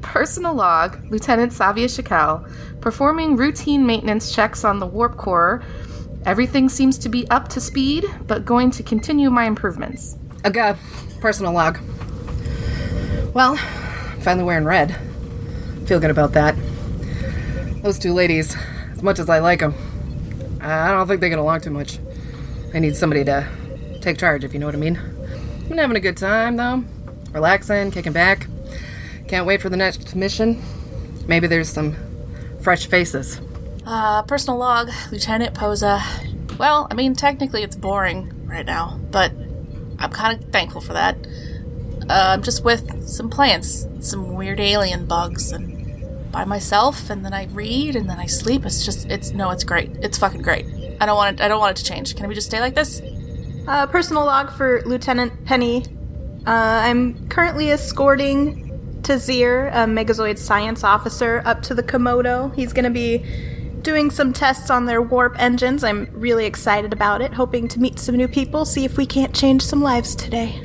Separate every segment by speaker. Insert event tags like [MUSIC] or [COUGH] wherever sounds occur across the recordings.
Speaker 1: personal log, Lieutenant Savia Shakel, performing routine maintenance checks on the warp core. Everything seems to be up to speed, but going to continue my improvements.
Speaker 2: Okay, personal log. Well, finally wearing red. Feel good about that. Those two ladies, as much as I like them, I don't think they get along too much. They need somebody to take charge, if you know what I mean. Been having a good time, though. Relaxing, kicking back. Can't wait for the next mission. Maybe there's some fresh
Speaker 1: [LAUGHS]
Speaker 2: faces.
Speaker 3: Uh, personal log, Lieutenant Posa. Well, I mean, technically it's boring right now, but I'm kind of thankful for that. Uh, I'm just with some plants, some weird alien bugs, and by myself. And then I read, and then I sleep. It's just, it's no, it's great. It's fucking great. I don't want it. I don't want it to change. Can we just stay like this?
Speaker 4: Uh, personal log for Lieutenant Penny. Uh, I'm currently escorting Tazir, a Megazoid science officer, up to the Komodo. He's going to be doing some tests on their warp engines. I'm really excited about it, hoping to meet some new people, see if we can't change some lives today.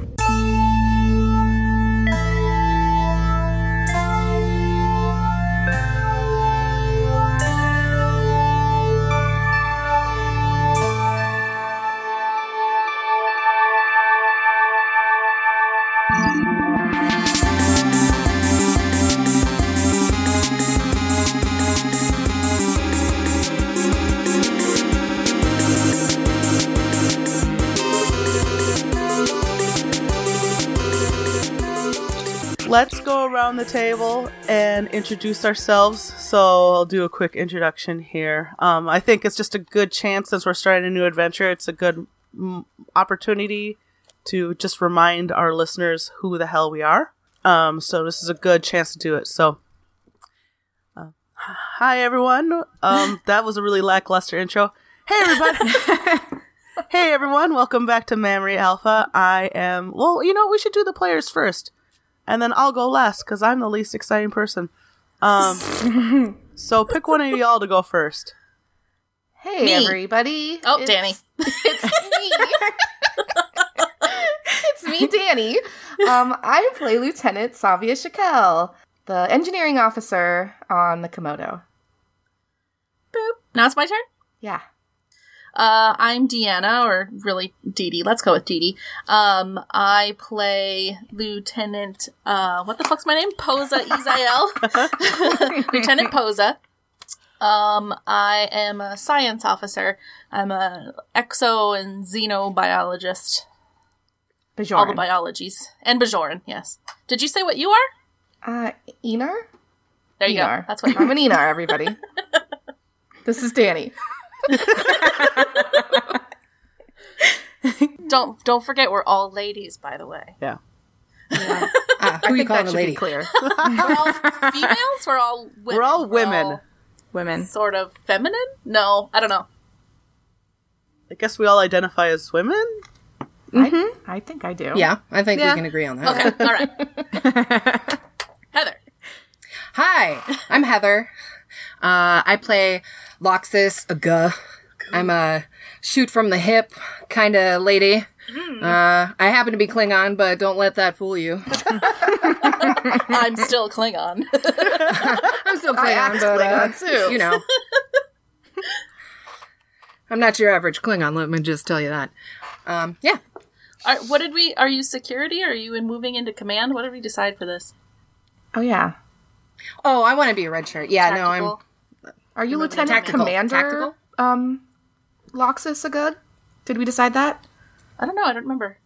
Speaker 5: Let's go around the table and introduce ourselves. So I'll do a quick introduction here. Um, I think it's just a good chance since we're starting a new adventure. It's a good mm, opportunity to just remind our listeners who the hell we are. Um, so this is a good chance to do it. So, uh, hi everyone. Um, that was a really lackluster intro. Hey everybody. hey everyone. Welcome back to Mamre Alpha. I am. Well, you know we should do the players first and then I'll go last because I'm the least exciting person. Um, so pick one of y'all to go first.
Speaker 1: Hey,
Speaker 3: Me.
Speaker 1: everybody.
Speaker 3: Oh,
Speaker 1: It's-
Speaker 3: Danny.
Speaker 1: [LAUGHS] It's me. it's me, Danny. Um, I play Lieutenant Savia Shakel, the engineering officer on the Komodo.
Speaker 3: Now it's my turn.
Speaker 1: Yeah.
Speaker 3: Uh, I'm Deanna, or really Dee Dee. Let's go with Dee Dee. Um, I play Lieutenant. Uh, what the fuck's my name? Posa Izael. [LAUGHS] Lieutenant Posa. Um, I am a science officer. I'm a exo and xenobiologist. All the
Speaker 1: Bajoran.
Speaker 3: biologies and Bajoran. Yes. Did you say what you are?
Speaker 1: Uh, Enar?
Speaker 3: There you
Speaker 1: Enar.
Speaker 3: go. That's what you are.
Speaker 1: I'm
Speaker 5: [LAUGHS]
Speaker 1: an Enar,
Speaker 3: [LAUGHS]
Speaker 1: everybody. this is Danny.
Speaker 3: don't don't forget we're all ladies, by the way.
Speaker 5: Yeah.
Speaker 2: Ah,
Speaker 1: I
Speaker 2: who you
Speaker 1: think that
Speaker 2: calling a
Speaker 1: should
Speaker 2: lady?
Speaker 1: be clear.
Speaker 3: We're
Speaker 5: [LAUGHS]
Speaker 3: all females. We're all women.
Speaker 5: We're all women.
Speaker 3: all-
Speaker 4: Women.
Speaker 3: sort of feminine? No, I don't know.
Speaker 5: I guess we all identify as women.
Speaker 1: I, I think I do.
Speaker 2: Yeah, I think
Speaker 4: Yeah.
Speaker 2: we can agree on that.
Speaker 3: Okay, all right. [LAUGHS] Heather.
Speaker 2: Hi, I'm Heather. Uh, I play Loxus Aga. I'm a shoot from the hip kind of lady.
Speaker 1: Hmm.
Speaker 2: Uh, I happen to be Klingon, but don't let that fool you. [LAUGHS]
Speaker 3: I'm still Klingon. [LAUGHS]
Speaker 2: I'm still
Speaker 1: [LAUGHS] I
Speaker 2: Klingon,
Speaker 1: act
Speaker 2: but uh,
Speaker 1: Klingon, too. [LAUGHS]
Speaker 2: you know, I'm not your average Klingon. Let me just tell you that. Um, yeah,
Speaker 3: Are, what did we? Are you security? Are you in moving into command? What did we decide for this?
Speaker 1: Oh, yeah.
Speaker 2: Oh, I want to be a red shirt. Yeah, no,
Speaker 3: Tactical?
Speaker 1: Are you Lieutenant
Speaker 2: Tactical.
Speaker 1: Commander?
Speaker 2: Tactical?
Speaker 1: Um, Loxus Agud? Did we decide that?
Speaker 3: I don't know. I don't remember.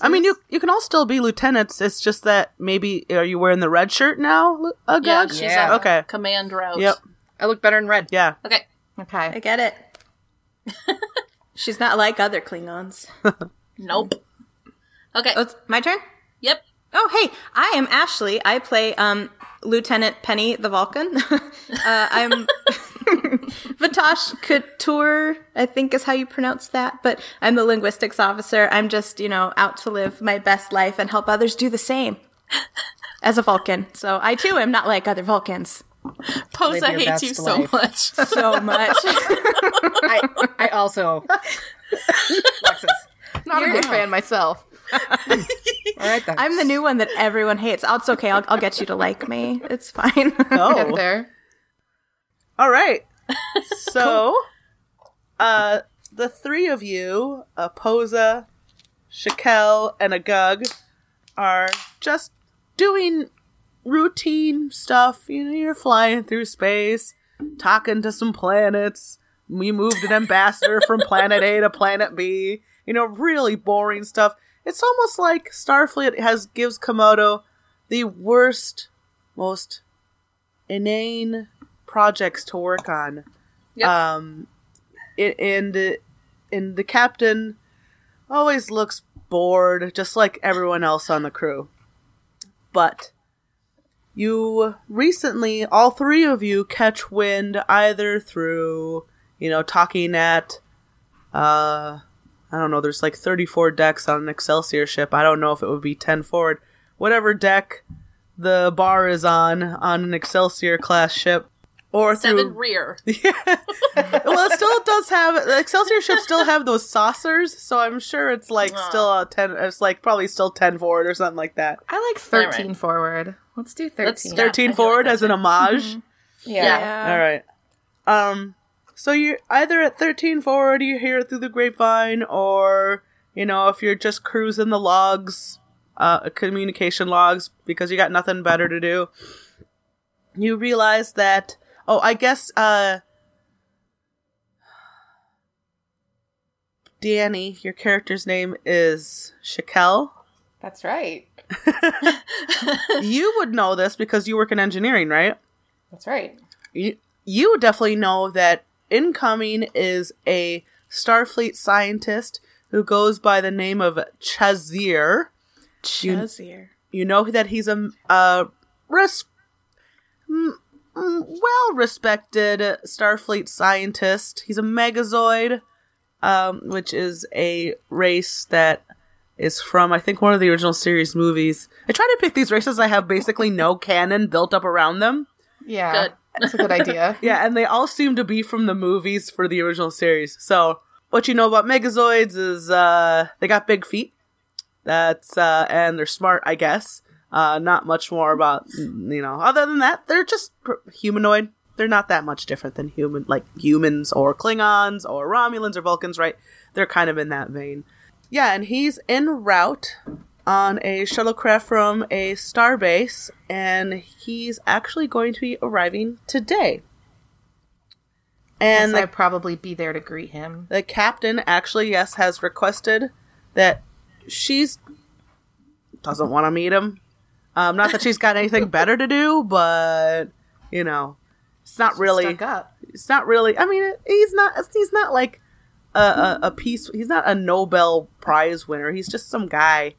Speaker 5: I mean, you you can all still be lieutenants. It's just that maybe are you wearing the red shirt now, Lu- Agug?
Speaker 3: Yeah, she's
Speaker 2: Yeah.
Speaker 3: on the
Speaker 5: Okay.
Speaker 3: command route.
Speaker 5: Yep.
Speaker 2: I'm. I look better
Speaker 1: [LAUGHS]
Speaker 2: in red.
Speaker 5: Yeah.
Speaker 3: Okay.
Speaker 4: I
Speaker 1: Okay.
Speaker 4: get it. She's not like other Klingons.
Speaker 3: Nope. Okay.
Speaker 4: Oh, it's my turn?
Speaker 3: Yep.
Speaker 4: Oh, hey, I am Ashley. I play um, Lieutenant Penny the Vulcan. [LAUGHS] uh, I'm [LAUGHS] Vatash Couture, I think is how you pronounce that, but I'm the linguistics officer. I'm just, you know, out to live my best life and help others do the same as a Vulcan. So I too am not like other Vulcans
Speaker 3: Posa
Speaker 2: your
Speaker 3: hates
Speaker 2: best
Speaker 3: you so
Speaker 2: life.
Speaker 3: much. [LAUGHS]
Speaker 5: [LAUGHS]
Speaker 4: so much. [LAUGHS]
Speaker 1: [LAUGHS]
Speaker 2: I, I also. Loxus.
Speaker 1: Not a big fan myself.
Speaker 2: All right, then.
Speaker 4: I'm the new one that everyone hates. Oh, it's okay. I'll, I'll get you to like me. It's fine. [LAUGHS]
Speaker 1: Get
Speaker 5: Oh,
Speaker 1: there.
Speaker 5: all right. So, uh, the three of you, uh, Posa, Shakel, and Agug, are just doing routine stuff. You know, you're flying through space, talking to some planets. We moved an ambassador from planet A to planet B. You know, really boring stuff. It's almost like Starfleet has gives Komodo the worst, most inane projects to work on.
Speaker 3: Yep.
Speaker 5: Um, it, and and the captain always looks bored, just like everyone else on the crew. But you recently, all three of you catch wind either through, you know, talking at, uh, I don't know, there's like 34 decks on an Excelsior ship. I don't know if it would be 10 forward. Whatever deck the bar is on, on an Excelsior class ship. Or
Speaker 3: Seven
Speaker 5: through,
Speaker 3: rear.
Speaker 5: well, it still does have the Excelsior ships still have those saucers, so I'm sure it's like still a ten. It's like probably still ten forward or something like that.
Speaker 1: I like
Speaker 3: All right.
Speaker 1: 13 forward. Let's do 13.
Speaker 3: Let's- yeah. I
Speaker 5: Thirteen
Speaker 3: feel
Speaker 5: forward
Speaker 3: like Mm-hmm.
Speaker 5: as an homage.
Speaker 3: Yeah.
Speaker 5: All right. Um. So you're either at thirteen forward, you hear it through the grapevine, or you know if you're just cruising the logs, uh, communication logs, because you got nothing better to do. You realize that. Oh, I guess. Uh. Danny, your character's name is Shakel.
Speaker 1: That's right.
Speaker 5: [LAUGHS]
Speaker 1: [LAUGHS]
Speaker 5: you would know this because you work in engineering, right?
Speaker 1: That's right.
Speaker 5: you, you definitely know that incoming is a Starfleet scientist who goes by the name of Chazir.
Speaker 4: Chazier.
Speaker 5: You know that he's a, a res- mm, mm, well-respected Starfleet scientist. He's a Megazoid, um, which is a race that is from I think one of the original series movies. I try to pick these races I have basically no canon built up around them.
Speaker 1: Yeah.
Speaker 3: Good.
Speaker 1: That's a good idea.
Speaker 5: Yeah, and they all seem to be from the movies for the original series. So, what you know about Megazoids is uh, they got big feet. That's uh, and they're smart, I guess. Uh, not much more about you know. Other than that, they're just pr- humanoid. They're not that much different than human, like humans or Klingons or Romulans or Vulcans, right? They're kind of in that vein. Yeah, and he's en route on a shuttlecraft from a starbase, and he's actually going to be arriving today. And
Speaker 1: And
Speaker 5: the
Speaker 1: I'd probably be there to greet him.
Speaker 5: the captain actually yes has requested that she's doesn't want to meet him um not that she's got
Speaker 1: [LAUGHS]
Speaker 5: anything better to do but you know it's not really
Speaker 1: Stuck up.
Speaker 5: it's not really i mean he's not he's not like a, a, a piece he's not a nobel prize winner he's just some guy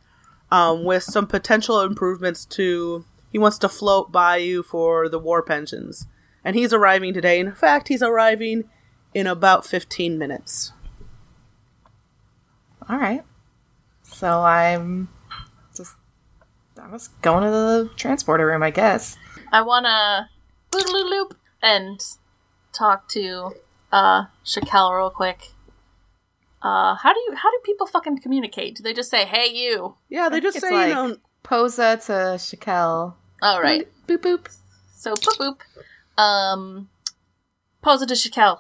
Speaker 5: um, with some potential improvements to he wants to float by you for the war pensions and he's arriving today in fact he's arriving in about 15 minutes
Speaker 1: All right. So I'm just. I was going to the transporter room, I guess.
Speaker 3: I want to loop loop and talk to uh Shakel real quick. Uh, how do you how do people fucking communicate? Do they just say, "Hey, you"?
Speaker 5: yeah they
Speaker 1: I think
Speaker 5: just
Speaker 1: it's
Speaker 5: say you
Speaker 1: like-
Speaker 5: know
Speaker 1: Posa to Shakel.
Speaker 3: All right.
Speaker 1: Boop boop.
Speaker 3: So boop boop. Um, Posa to Shakel.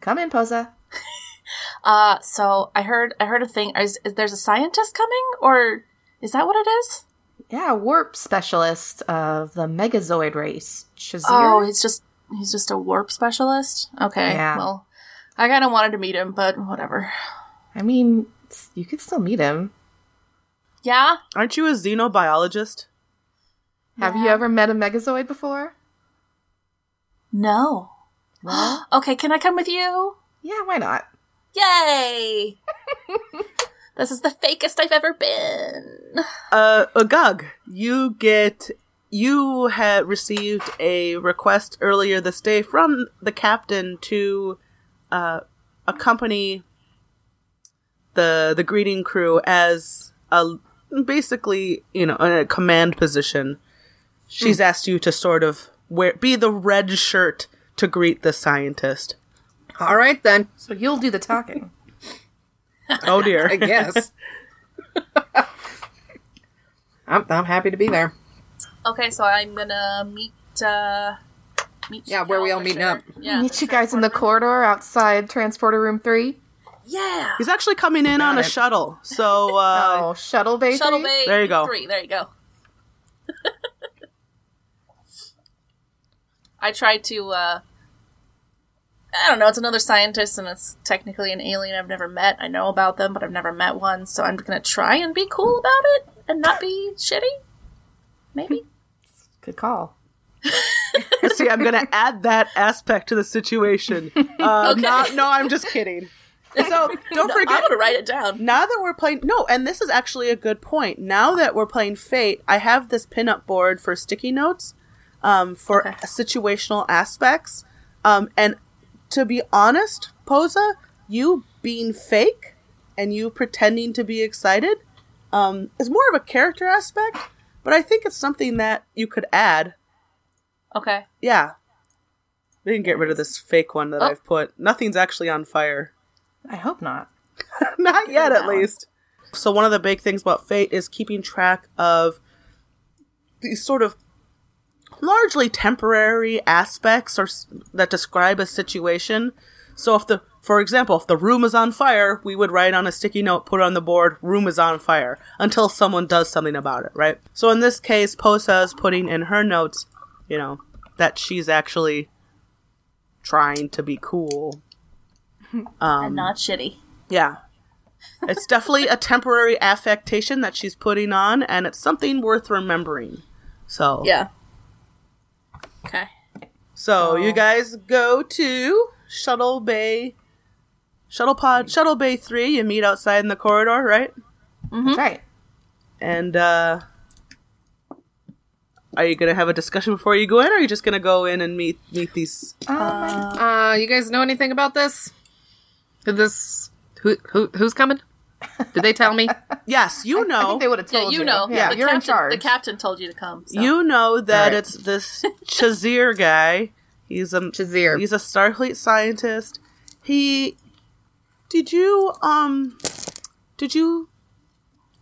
Speaker 1: Come in, Posa.
Speaker 3: Uh, so I heard I heard a thing. Is, is there's a scientist coming, or is that what it is?
Speaker 1: Yeah, warp specialist of the Megazoid race, Shazir.
Speaker 3: Oh, he's just he's just a warp specialist. Okay,
Speaker 1: Yeah.
Speaker 3: well, I kind of wanted to meet him, but whatever.
Speaker 1: I mean, s- you could still meet him.
Speaker 3: Yeah,
Speaker 5: aren't you a xenobiologist
Speaker 1: Have you ever met a Megazoid
Speaker 3: [GASPS]
Speaker 1: before?
Speaker 3: no. [GASPS]
Speaker 1: Well,
Speaker 3: Okay, can I come with you?
Speaker 1: yeah, why not?
Speaker 3: Yay!
Speaker 1: [LAUGHS]
Speaker 3: this is the fakest I've ever been.
Speaker 5: uh agug you get you had received a request earlier this day from the captain to uh accompany the the greeting crew as a basically you know in a command position
Speaker 1: Hmm.
Speaker 5: she's asked you to sort of wear be the red shirt to greet the scientist
Speaker 2: All right, then.
Speaker 1: So you'll do the talking. [LAUGHS]
Speaker 5: oh dear
Speaker 2: [LAUGHS] I guess. I'm, I'm happy to be there.
Speaker 3: Okay, so I'm gonna meet. uh meet
Speaker 2: Yeah, where we all
Speaker 3: for
Speaker 2: meeting
Speaker 3: sure.
Speaker 2: up.
Speaker 3: [LAUGHS] Yeah,
Speaker 1: Meet you guys in the corridor outside transporter room three.
Speaker 3: yeah.
Speaker 5: He's actually coming in on a shuttle. So
Speaker 1: [LAUGHS]
Speaker 5: uh,
Speaker 1: Oh, shuttle bay.
Speaker 3: Shuttle
Speaker 1: three?
Speaker 3: Bay.
Speaker 5: There you go.
Speaker 3: Three. There you go. [LAUGHS] I tried to. uh I don't know. It's another scientist, and it's technically an alien I've never met. I know about them, but I've never met one. So I'm gonna try and be cool about it and not be shitty. Maybe.
Speaker 1: Good call.
Speaker 5: see, I'm gonna add that aspect to the situation. Uh, not- no, I'm just kidding. So
Speaker 3: I'm
Speaker 5: don't forget.
Speaker 3: gonna write it down.
Speaker 5: Now that we're playing, no, and this is actually a good point. Now that we're playing Fate, I have this pinup board for sticky notes um, for
Speaker 3: Okay.
Speaker 5: situational aspects. Um, and to be honest, Posa, you being fake and you pretending to be excited um, is more of a character aspect, but I think it's something that you could add.
Speaker 3: Okay.
Speaker 5: Yeah. We can get rid of this fake one that
Speaker 3: Oh.
Speaker 5: I've put. Nothing's actually on fire.
Speaker 1: I hope not.
Speaker 5: [LAUGHS] Not yet, at least. So, one of the big things about Fate is keeping track of these sort of largely temporary aspects or s- that describe a situation. So, if the, for example, if the room is on fire, we would write on a sticky note, put it on the board, room is on fire, until someone does something about it, right? So, in this case, Posa is putting in her notes, you know, that she's actually trying to be cool
Speaker 2: Um,
Speaker 3: and not shitty.
Speaker 5: yeah. It's definitely a temporary affectation that she's putting on, and it's something worth remembering. So,
Speaker 3: Yeah. Okay.
Speaker 5: so you guys go to Shuttle Bay, Shuttle Pod, Shuttle Bay 3. You meet outside in the corridor, right?
Speaker 3: Mm-hmm.
Speaker 1: That's right.
Speaker 5: And, uh, are you going to have a discussion before you go in, or are you just going to go in and meet meet these?
Speaker 2: Uh, you guys know anything about this? Did this who, who who's coming? Did they [LAUGHS] tell me?
Speaker 5: Yes, you know.
Speaker 1: I think they would have
Speaker 3: Yeah,
Speaker 1: told
Speaker 3: you know.
Speaker 1: Yeah,
Speaker 3: the
Speaker 1: you're
Speaker 3: captain,
Speaker 1: in charge.
Speaker 3: The captain told you to come. So.
Speaker 5: You know that
Speaker 2: Right.
Speaker 5: it's this Chazir guy. He's a
Speaker 2: Chazir.
Speaker 5: He's a Starfleet scientist. He did you um did you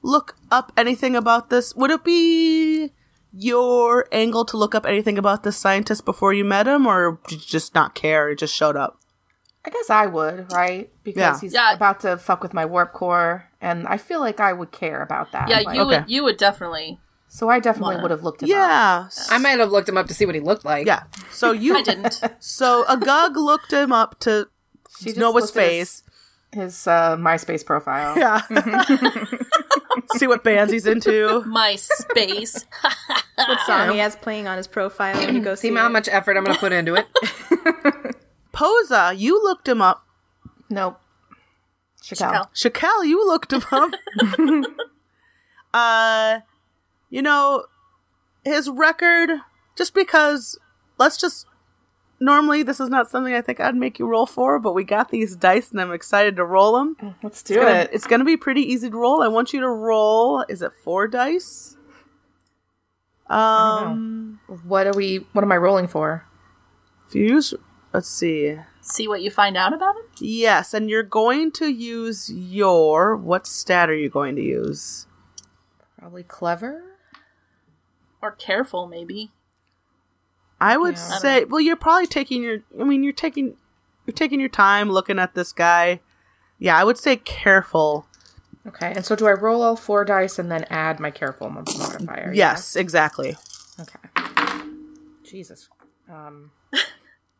Speaker 5: look up anything about this? Would it be your angle to look up anything about this scientist before you met him, or did you just not care? It just showed up.
Speaker 1: I guess I would, right? Because
Speaker 5: Yeah.
Speaker 1: he's
Speaker 3: Yeah.
Speaker 1: about to fuck with my warp core, and I feel like I would care about that.
Speaker 3: yeah,
Speaker 1: Like,
Speaker 3: you
Speaker 5: okay.
Speaker 3: would. You would definitely.
Speaker 1: so I definitely would have looked him up.
Speaker 5: Yeah, s-
Speaker 2: I might have looked him up to see what he looked like.
Speaker 5: yeah. So you
Speaker 1: [LAUGHS]
Speaker 3: I didn't.
Speaker 5: so Agug looked him up to
Speaker 1: She just
Speaker 5: know his
Speaker 1: looked at
Speaker 5: face.
Speaker 1: His, his uh, MySpace
Speaker 3: [LAUGHS]
Speaker 1: profile.
Speaker 5: Yeah. Mm-hmm.
Speaker 1: [LAUGHS]
Speaker 5: See what bands he's into.
Speaker 3: My space.
Speaker 4: What song he has playing on his profile
Speaker 5: Mm-hmm.
Speaker 4: when you go see
Speaker 2: See how
Speaker 4: it.
Speaker 2: much effort I'm going to put into it.
Speaker 5: Posa, you looked him up.
Speaker 1: Nope. Chacal.
Speaker 3: Chacal.
Speaker 5: Chacal, you looked him
Speaker 1: [LAUGHS]
Speaker 5: up. uh, you know, his record, just because, let's just, normally this is not something I think I'd make you roll for, but we got these dice and I'm excited to roll them.
Speaker 1: Let's do it.
Speaker 5: It's going to be pretty easy to roll. I want you to roll, is it four dice? Um,
Speaker 1: What are we? What am I rolling for?
Speaker 5: if you use, let's see.
Speaker 3: See what you find out about him.
Speaker 5: Yes, and you're going to use your, what stat are you going to use?
Speaker 1: Probably clever.
Speaker 3: Or careful,
Speaker 1: [LAUGHS]
Speaker 3: maybe.
Speaker 5: I would
Speaker 1: Yeah.
Speaker 5: say, well, you're probably taking your. I mean, you're taking you're taking your time looking at this guy. Yeah, I would say careful.
Speaker 1: Okay, and so do I roll all four dice and then add my careful mod- modifier? yeah?
Speaker 5: Yes, exactly.
Speaker 1: Okay. Jesus. Um.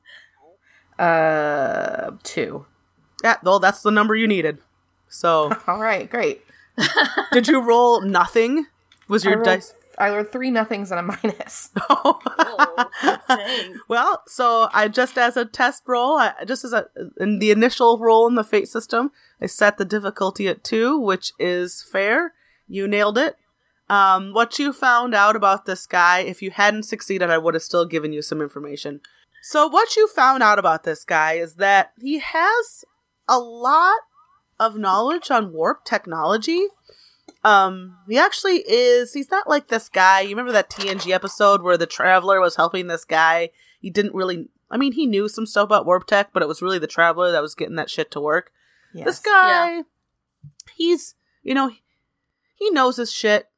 Speaker 1: [LAUGHS] uh, two.
Speaker 5: Yeah, well, that's the number you needed.
Speaker 1: [LAUGHS]
Speaker 5: So,
Speaker 1: All right, great.
Speaker 5: did you roll nothing? Was
Speaker 1: I
Speaker 5: your
Speaker 1: rolled,
Speaker 5: dice?
Speaker 1: I rolled three nothings and a [LAUGHS]
Speaker 3: [LAUGHS]
Speaker 1: minus.
Speaker 3: Oh, dang.
Speaker 5: Well, so I just as a test roll, I, just as a in the initial roll in the fate system, I set the difficulty at two, which is fair. You nailed it. Um, what you found out about this guy, if you hadn't succeeded, I would have still given you some information. So what you found out about this guy is that he has a lot of knowledge on warp technology. Um, he actually is. He's not like this guy. You remember that TNG episode where the Traveler was helping this guy? He didn't really. I mean, he knew some stuff about warp tech, but it was really the Traveler that was getting that shit to work.
Speaker 1: Yes.
Speaker 5: This guy, he's you know, he knows his shit.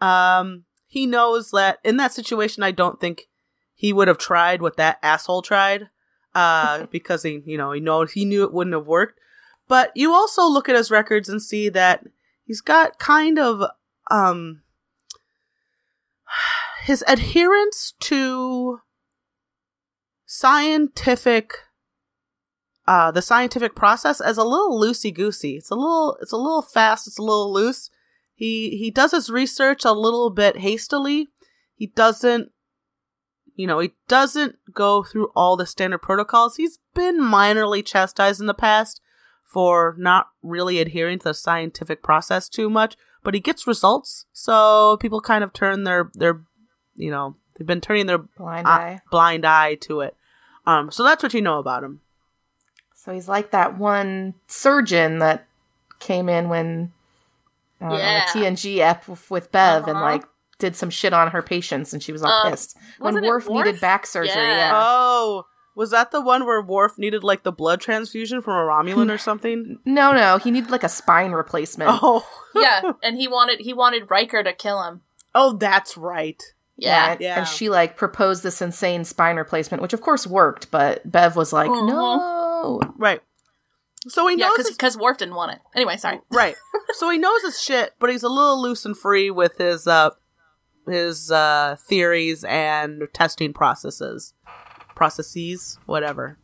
Speaker 5: Um, he knows that in that situation, I don't think he would have tried what that asshole tried, uh, because he, you know, he know he knew it wouldn't have worked. But you also look at his records and see that he's got kind of um [SIGHS] his adherence to scientific uh the scientific process as a little loosey goosey. It's a little it's a little fast, it's a little loose. He he does his research a little bit hastily. He doesn't you know, he doesn't go through all the standard protocols. He's been minorly chastised in the past for not really adhering to the scientific process too much, but he gets results. So people kind of turn their their you know, they've been turning their
Speaker 3: Ah.
Speaker 1: Blind
Speaker 5: eye-
Speaker 1: eye.
Speaker 5: blind eye to it. Um, so that's what you know about him.
Speaker 1: So he's like that one surgeon that came in when uh, on
Speaker 3: Yeah.
Speaker 1: a TNG ep with- with Bev and
Speaker 3: Uh-huh.
Speaker 1: like did some shit on her patients and she was all
Speaker 3: Uh,
Speaker 1: pissed. When
Speaker 3: wasn't it
Speaker 1: Worf,
Speaker 3: Worf?
Speaker 1: needed back surgery,
Speaker 3: Yeah.
Speaker 1: yeah.
Speaker 5: Oh, was that the one where Worf needed like the blood transfusion from a Romulan or something?
Speaker 1: No, no, he needed like a spine replacement.
Speaker 5: Oh,
Speaker 3: [LAUGHS] yeah, and he wanted he wanted Riker to kill him.
Speaker 5: oh, that's right.
Speaker 3: Yeah.
Speaker 1: And,
Speaker 5: Yeah.
Speaker 1: and she like proposed this insane spine replacement, which of course worked, but Bev was like,
Speaker 3: Uh-huh.
Speaker 1: no.
Speaker 5: Right. So he
Speaker 3: Yeah,
Speaker 5: knows
Speaker 3: because
Speaker 5: his- [LAUGHS]
Speaker 3: because Worf didn't want it. Anyway, sorry.
Speaker 5: right. So he knows his shit, but he's a little loose and free with his uh his uh theories and testing processes, processes, whatever.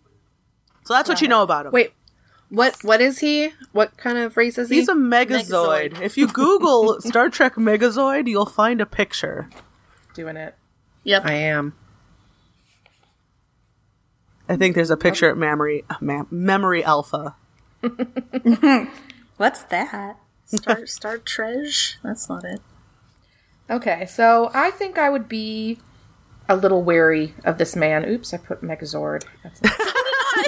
Speaker 5: So that's what you know about him.
Speaker 2: Wait, [LAUGHS] what? What is he? What kind of race is he?
Speaker 5: He's a megazoid.
Speaker 3: Megazoid.
Speaker 5: If you Google Star Trek megazoid, you'll find a picture.
Speaker 1: Doing it.
Speaker 3: Yep.
Speaker 2: I am.
Speaker 5: I think there's a picture at memory Mam- memory alpha.
Speaker 3: What's that? Star Star Treasure? That's not it.
Speaker 1: Okay, so I think I would be a little wary of this man. Oops, I put Megazord. That's [LAUGHS]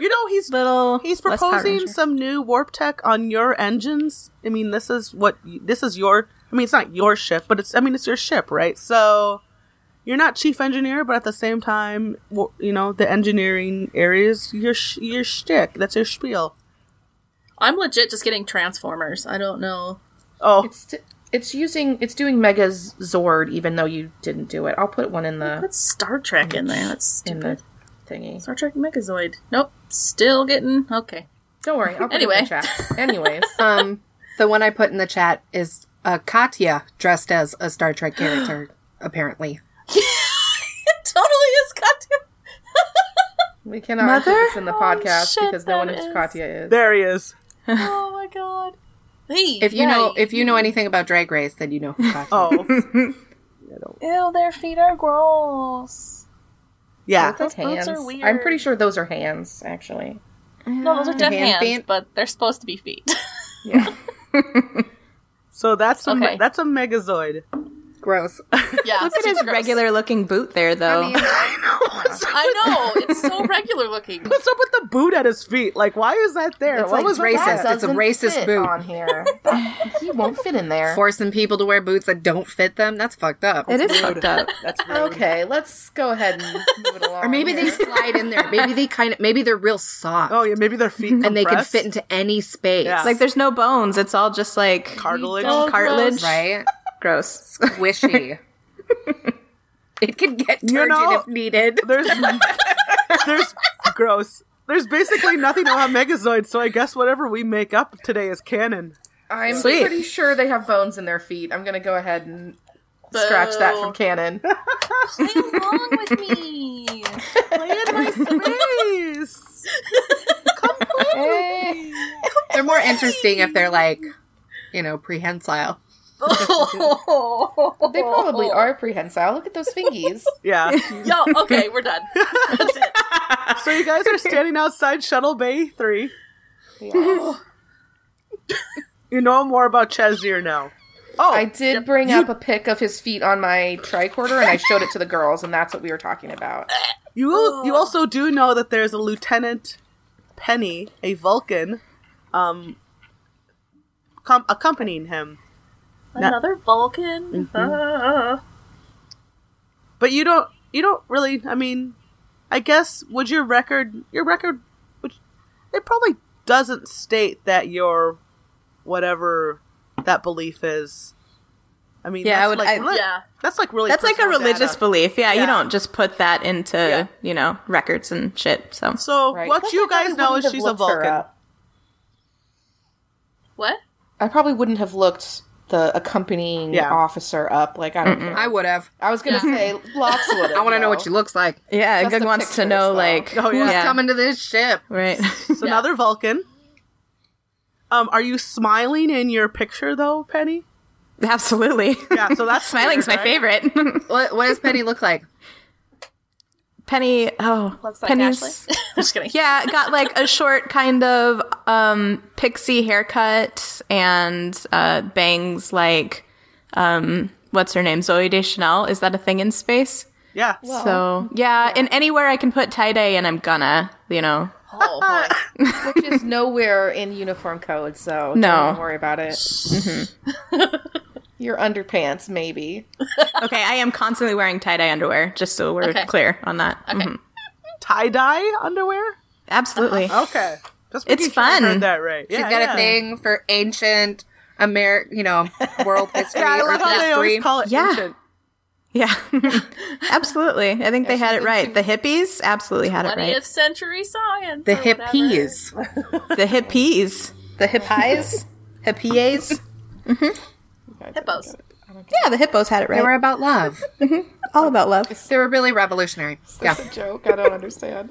Speaker 5: You know he's
Speaker 4: Little
Speaker 5: he's
Speaker 4: less Power
Speaker 5: proposing
Speaker 4: Ranger.
Speaker 5: some new warp tech on your engines. I mean, this is what y- this is your. I mean, it's not your ship, but it's. I mean, it's your ship, right? So you're not chief engineer, but at the same time, wo- you know the engineering areas your sh- your shtick. That's your spiel.
Speaker 3: I'm legit just getting Transformers. I don't know.
Speaker 5: Oh,
Speaker 1: It's t- it's using it's doing Megazord even though you didn't do it. I'll put one in the
Speaker 3: What's Star Trek in there? That's
Speaker 1: in
Speaker 3: stupid.
Speaker 1: the thingy.
Speaker 3: Star Trek Megazoid. Nope. Still getting okay.
Speaker 1: Don't worry. I'll put it in
Speaker 3: Anyway.
Speaker 1: the chat.
Speaker 3: [LAUGHS]
Speaker 1: Anyways,
Speaker 2: Um, the one I put in the chat is uh, Katya dressed as a Star Trek character. [GASPS] apparently,
Speaker 3: [LAUGHS] It totally is goddamn. [LAUGHS]
Speaker 1: we cannot Mother? this in the podcast
Speaker 3: oh, shit,
Speaker 1: because no one
Speaker 3: that
Speaker 1: knows who
Speaker 3: is-
Speaker 1: Katya is.
Speaker 5: there he is.
Speaker 3: Oh my god. Hey,
Speaker 2: if you know
Speaker 3: yay.
Speaker 2: if you know anything about Drag Race, then you know [LAUGHS] who Katya. is.
Speaker 5: Oh,
Speaker 3: ew, their feet are gross.
Speaker 5: yeah.
Speaker 1: Those
Speaker 3: boots
Speaker 1: hands.
Speaker 3: are
Speaker 1: I'm
Speaker 3: weird.
Speaker 1: pretty sure those are hands actually.
Speaker 3: No, those are deaf
Speaker 2: hand
Speaker 3: hands,
Speaker 2: feet?
Speaker 3: but they're supposed to be feet. [LAUGHS]
Speaker 1: Yeah.
Speaker 5: So that's a me-
Speaker 3: Okay.
Speaker 5: that's a megazoid.
Speaker 2: [LAUGHS] Gross.
Speaker 3: yeah,
Speaker 4: Look at
Speaker 3: super
Speaker 4: his
Speaker 3: gross.
Speaker 4: regular looking boot there, though. [LAUGHS]
Speaker 3: I know it's so regular looking.
Speaker 5: What's up with the boot at his feet? Like, why is that there?
Speaker 2: It's like
Speaker 5: what was with
Speaker 2: racist.
Speaker 5: that?
Speaker 2: It's a
Speaker 1: doesn't
Speaker 2: racist
Speaker 1: fit
Speaker 2: boot.
Speaker 1: on here. [LAUGHS] he won't fit in there.
Speaker 2: Forcing people to wear boots that don't fit them—that's fucked up.
Speaker 4: It is fucked up.
Speaker 5: That's rude.
Speaker 1: Okay, let's go ahead and move [LAUGHS] it along.
Speaker 2: Or maybe
Speaker 5: [LAUGHS]
Speaker 1: here.
Speaker 2: they slide in there. Maybe they kind of. Maybe they're real soft.
Speaker 5: Oh yeah, maybe their feet
Speaker 2: and they can
Speaker 5: compressed?
Speaker 2: fit into any space.
Speaker 5: Yeah.
Speaker 4: Like there's no bones. It's all just like
Speaker 5: cartilage.
Speaker 3: don't-
Speaker 4: cartilage.
Speaker 2: right?
Speaker 4: Gross.
Speaker 2: [LAUGHS] Squishy. it can get turgid
Speaker 5: You know-
Speaker 2: if needed.
Speaker 5: There's there's gross. There's basically nothing about Megazoid, so I guess whatever we make up today is canon.
Speaker 1: I'm
Speaker 4: Sweet.
Speaker 1: pretty sure they have bones in their feet. I'm gonna go ahead and scratch that from [LAUGHS] canon.
Speaker 3: Play along with
Speaker 4: [LAUGHS]
Speaker 3: me.
Speaker 5: Play in my space.
Speaker 2: They're more interesting if they're like, you know, prehensile.
Speaker 1: They probably are prehensile. Look at those [LAUGHS] fingies.
Speaker 5: Yeah.
Speaker 3: Yo, okay, we're done. That's it.
Speaker 5: So you guys are standing outside Shuttle Bay Three. You know more about Chazir now. Oh,
Speaker 1: I did bring up a pic of his feet on my tricorder, and I showed it to the girls, and that's what we were talking about.
Speaker 5: you you also do know that there's a Lieutenant Penny, a Vulcan, um, com- accompanying him.
Speaker 3: Another Vulcan.
Speaker 2: Mm-hmm.
Speaker 3: Ah.
Speaker 5: But you don't you don't really I mean I guess would your record your record which it probably doesn't state that your whatever that belief is I mean,
Speaker 4: Yeah,
Speaker 5: that's
Speaker 4: I would-
Speaker 5: like,
Speaker 4: I-
Speaker 5: li-
Speaker 3: yeah.
Speaker 5: that's like really
Speaker 4: [LAUGHS] That's like a
Speaker 5: personal data.
Speaker 4: religious belief. Yeah,
Speaker 5: Yeah.
Speaker 4: you don't just put that into,
Speaker 5: Yeah.
Speaker 4: you know, records and shit. So,
Speaker 5: So
Speaker 2: Right.
Speaker 5: what
Speaker 2: Plus,
Speaker 5: you
Speaker 2: I probably
Speaker 5: guys know
Speaker 2: wouldn't
Speaker 5: is
Speaker 2: have
Speaker 5: she's a
Speaker 2: looked her
Speaker 5: Vulcan.
Speaker 2: up.
Speaker 3: What?
Speaker 1: I probably wouldn't have looked the accompanying
Speaker 5: Yeah.
Speaker 1: officer up. Like I don't. Care.
Speaker 2: I would have.
Speaker 1: I was gonna [LAUGHS] say lots would.
Speaker 2: I want to know what she looks like.
Speaker 4: yeah,
Speaker 1: Just
Speaker 4: Good
Speaker 1: the
Speaker 4: wants to
Speaker 1: pictures,
Speaker 4: know,
Speaker 1: though.
Speaker 4: like,
Speaker 5: Oh, yeah.
Speaker 2: Who's
Speaker 4: yeah,
Speaker 2: coming to this ship?
Speaker 4: right. [LAUGHS]
Speaker 5: It's another Vulcan. Um, are you smiling in your picture though, Penny?
Speaker 4: Absolutely.
Speaker 5: Yeah, so [LAUGHS] that's
Speaker 4: Smiling's my
Speaker 5: weird, right?
Speaker 4: favorite. [LAUGHS]
Speaker 2: What, what does Penny look like?
Speaker 4: Penny, oh,
Speaker 3: Looks like
Speaker 4: Penny's,
Speaker 3: Ashley. [LAUGHS] I'm just kidding.
Speaker 4: yeah, got like a short kind of um pixie haircut and uh bangs like um what's her name Zoe Deschanel is that a thing in space?
Speaker 5: Yeah.
Speaker 3: Oh.
Speaker 4: so yeah, in anywhere I can put tie dye and I'm gonna
Speaker 3: [LAUGHS]
Speaker 4: you know
Speaker 3: Oh, boy.
Speaker 1: Which is nowhere in uniform code, so
Speaker 4: No.
Speaker 1: don't even worry about
Speaker 2: [LAUGHS]
Speaker 1: it. Your underpants, maybe.
Speaker 4: okay I am constantly wearing tie dye underwear just so we're
Speaker 3: Okay.
Speaker 4: clear on that
Speaker 3: Okay.
Speaker 4: Mhm.
Speaker 5: Tie dye underwear.
Speaker 4: absolutely
Speaker 3: Uh-huh.
Speaker 5: Okay. Just
Speaker 4: It's
Speaker 5: making sure I
Speaker 4: fun.
Speaker 5: Heard that right?
Speaker 2: She's
Speaker 5: [LAUGHS] yeah,
Speaker 2: got
Speaker 5: yeah.
Speaker 2: a thing for ancient Ameri you know,
Speaker 5: [LAUGHS]
Speaker 2: world history,
Speaker 5: Yeah, I love
Speaker 2: Earth
Speaker 5: how they
Speaker 2: history.
Speaker 5: always call it
Speaker 4: Yeah.
Speaker 5: ancient.
Speaker 4: yeah [LAUGHS] absolutely I think they had it right the hippies absolutely had it
Speaker 3: 20th
Speaker 4: right
Speaker 3: century science.
Speaker 2: the
Speaker 3: or whatever.
Speaker 2: hippies,
Speaker 4: the hippies
Speaker 2: the
Speaker 4: [LAUGHS]
Speaker 2: hippies, hippies.
Speaker 3: Hippos.
Speaker 4: yeah the hippos had it
Speaker 2: They were
Speaker 4: right
Speaker 2: about love.
Speaker 4: all about love
Speaker 2: They were really revolutionary. Yeah.
Speaker 1: It's a joke. I don't understand.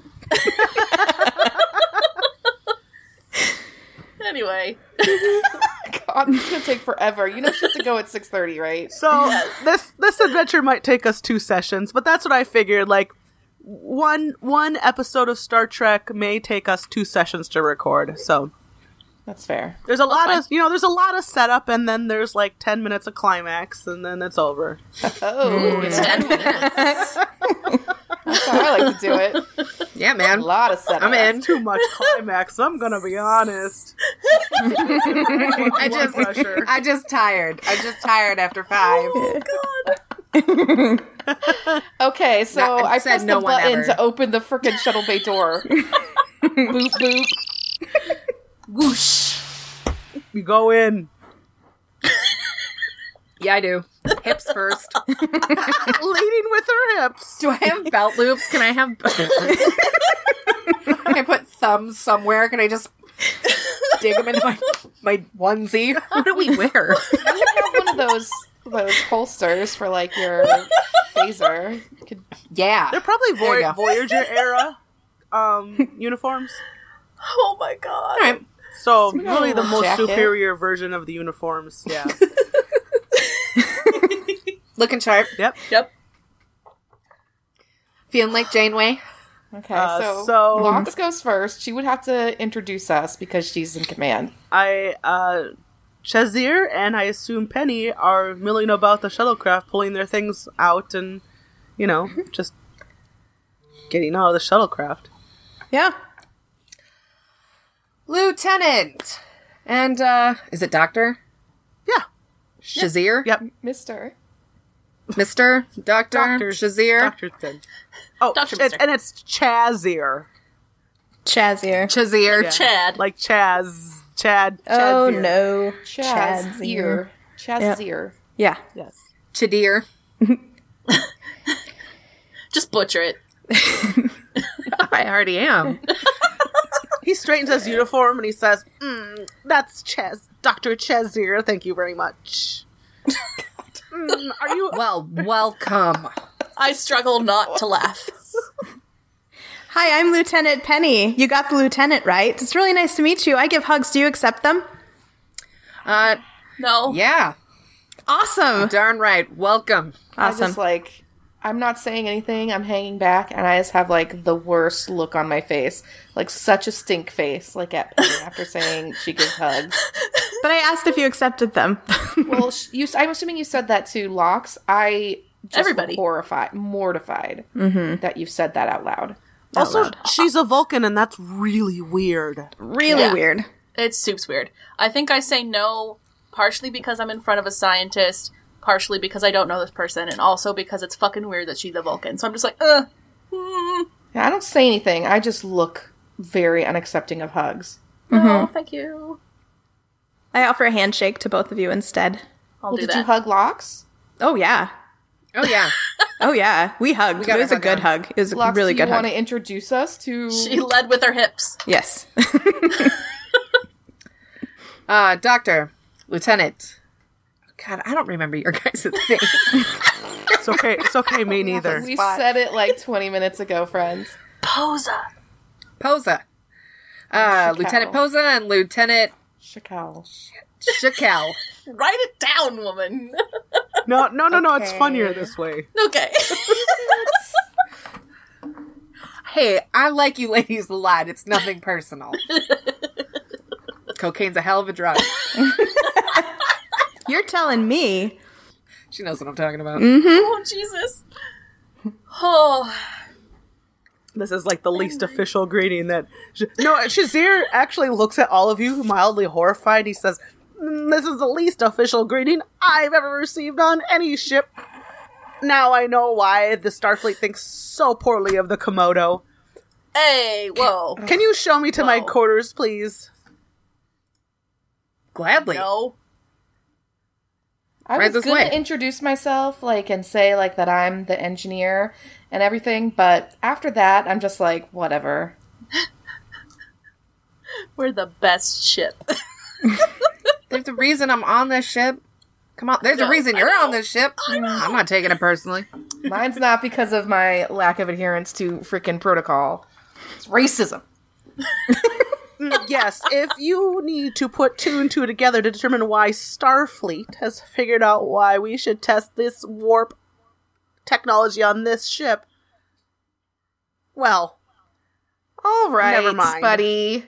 Speaker 3: Anyway.
Speaker 1: [LAUGHS] God, it's gonna take forever. You know she has to go at six thirty, right?
Speaker 5: So this this adventure might take us two sessions, but that's what I figured. Like one one episode of Star Trek may take us two sessions to record. So
Speaker 1: That's fair.
Speaker 5: there's a lot of you know there's a lot of setup, and then there's like ten minutes of climax, and then it's over.
Speaker 1: Oh, you know, [LAUGHS] that's how I like to do it.
Speaker 2: Yeah, man.
Speaker 1: A lot of setup.
Speaker 2: I'm in.
Speaker 5: Too much climax. I'm gonna be honest.
Speaker 2: I just,
Speaker 5: pressure.
Speaker 2: I just tired. I just tired after five.
Speaker 1: Okay, so
Speaker 2: Not- it
Speaker 1: I
Speaker 2: said
Speaker 1: pressed
Speaker 2: no
Speaker 1: the
Speaker 2: one
Speaker 1: button
Speaker 2: ever.
Speaker 1: to open the frickin' shuttle bay
Speaker 2: [LAUGHS]
Speaker 1: door. boop boop.
Speaker 3: Whoosh.
Speaker 5: You go in.
Speaker 2: [LAUGHS] yeah, I do. Hips first.
Speaker 5: leading with her hips.
Speaker 2: Do I have belt loops? Can I have? Can I put thumbs somewhere? Can I just dig them into my my onesie? What do we wear?
Speaker 1: You have one of those those holsters for like
Speaker 2: [LAUGHS]
Speaker 1: your phaser. You could
Speaker 2: Yeah,
Speaker 5: They're [LAUGHS] probably
Speaker 2: There you
Speaker 5: Voy-
Speaker 2: go.
Speaker 5: Voyager era um, uniforms.
Speaker 3: Oh my god.
Speaker 5: So really the
Speaker 1: little
Speaker 5: most
Speaker 1: jacket.
Speaker 5: superior version of the uniforms. Yeah.
Speaker 2: looking sharp,
Speaker 5: yep.
Speaker 3: Yep.
Speaker 2: feeling like Janeway.
Speaker 1: Okay,
Speaker 5: Uh,
Speaker 1: so,
Speaker 5: so-
Speaker 1: Lox goes first. She would have to introduce us because she's in command.
Speaker 5: I uh Chazir and I assume Penny are milling about the shuttlecraft, pulling their things out and you know, just getting out of the shuttlecraft.
Speaker 4: yeah
Speaker 2: Lieutenant, and uh is it Doctor
Speaker 5: Yeah.
Speaker 2: Shazir?
Speaker 5: Yep.
Speaker 1: Mister.
Speaker 2: Mister Doctor
Speaker 5: Doctor
Speaker 2: Shazir
Speaker 5: Doctor Thin. Oh,
Speaker 3: Dr.
Speaker 5: it's-
Speaker 3: Mister.
Speaker 5: and it's Chazir.
Speaker 4: Chazier
Speaker 2: Shazir.
Speaker 3: Chad.
Speaker 5: Like Chaz Chad
Speaker 4: oh
Speaker 5: Chadzir.
Speaker 4: no
Speaker 1: Chaz ear. Chaz ear.
Speaker 4: Yeah.
Speaker 5: Yes.
Speaker 2: Chadir.
Speaker 3: Just butcher it.
Speaker 2: I already am.
Speaker 5: He straightens his uniform and he says, mm, "That's Chaz, Doctor Chazir. Thank you very much." Mm, are you?
Speaker 2: Well, welcome.
Speaker 3: I struggle not
Speaker 1: [LAUGHS]
Speaker 3: to laugh.
Speaker 4: Hi, I'm Lieutenant Penny. You got the lieutenant right. It's really nice to meet you. I give hugs. Do you accept them?
Speaker 2: Uh,
Speaker 3: No.
Speaker 2: yeah,
Speaker 4: Awesome.
Speaker 2: darn right. Welcome.
Speaker 1: I
Speaker 4: Awesome.
Speaker 1: just like I'm not saying anything. I'm hanging back, and I just have like the worst look on my face, like such a stink face, like at Penny after saying she gives hugs.
Speaker 4: But I asked if you accepted them. [LAUGHS]
Speaker 1: Well, sh- you, I'm assuming you said that to Lox. I just
Speaker 3: Everybody.
Speaker 1: horrified, mortified that you've said that out loud.
Speaker 5: also, she's a Vulcan, and that's really weird.
Speaker 4: really
Speaker 3: Yeah.
Speaker 4: weird.
Speaker 3: It's soups weird. I think I say no partially because I'm in front of a scientist, partially because I don't know this person, and also because it's fucking weird that she's a Vulcan. So I'm just like, uh,
Speaker 1: Yeah, I don't say anything. I just look very unaccepting of hugs. Mm-hmm.
Speaker 3: no, thank you.
Speaker 4: I offer a handshake to both of you instead.
Speaker 3: I'll
Speaker 1: Well,
Speaker 3: do
Speaker 1: did
Speaker 3: that.
Speaker 1: you hug Locks?
Speaker 4: Oh yeah.
Speaker 2: Oh yeah.
Speaker 4: Oh yeah. We hugged.
Speaker 2: got
Speaker 4: it
Speaker 2: a
Speaker 4: was a
Speaker 2: hug
Speaker 4: good
Speaker 2: on.
Speaker 4: hug. It was a
Speaker 1: Locks,
Speaker 4: really
Speaker 1: do
Speaker 4: good
Speaker 1: you
Speaker 4: hug.
Speaker 1: want to introduce us to?
Speaker 3: she led with her hips.
Speaker 4: Yes. [LAUGHS]
Speaker 2: Uh, Doctor, Lieutenant. God, I don't remember your [LAUGHS] guys' name.
Speaker 5: It's okay. It's okay. Me neither.
Speaker 1: we said it like [LAUGHS] 20 minutes ago, friends.
Speaker 3: Posa.
Speaker 2: Posa. Uh, Lieutenant Posa and Lieutenant
Speaker 1: Chacal.
Speaker 2: Shakel.
Speaker 3: Write it down, woman. [LAUGHS]
Speaker 5: No, no, no, no. It's funnier this way.
Speaker 1: [LAUGHS]
Speaker 3: okay.
Speaker 2: hey, I like you ladies a lot. It's nothing
Speaker 3: [LAUGHS]
Speaker 2: personal. Cocaine's a hell of a drug.
Speaker 4: You're telling me.
Speaker 2: She knows what I'm talking about.
Speaker 3: oh Jesus. Oh,
Speaker 5: This is like the least official greeting that. Sh- No, Shazir actually looks at all of you mildly horrified. He says, "Mm, "This is the least official greeting I've ever received on any ship." Now I know why the Starfleet thinks so poorly of the Komodo.
Speaker 3: hey, whoa.
Speaker 5: Can you show me to my
Speaker 3: Whoa.
Speaker 5: quarters, please?
Speaker 2: Gladly.
Speaker 3: No.
Speaker 1: I
Speaker 2: Right
Speaker 1: was
Speaker 2: this
Speaker 1: going
Speaker 2: way.
Speaker 1: to introduce myself, like, and say, like, that I'm the engineer and everything, but after that, I'm just like, whatever.
Speaker 3: We're the
Speaker 1: [LAUGHS]
Speaker 3: best ship.
Speaker 2: There's a reason I'm on this ship. Come on, there's
Speaker 3: No,
Speaker 2: a reason
Speaker 3: I
Speaker 2: you're on
Speaker 3: know.
Speaker 2: this ship. I'm not taking it personally.
Speaker 1: Mine's not because of my lack of adherence to freaking protocol. It's racism.
Speaker 5: Mm, yes, if you need to put two and two together to determine why Starfleet has figured out why we should test this warp technology on this ship, well,
Speaker 1: All right,
Speaker 5: Never mind.
Speaker 1: buddy.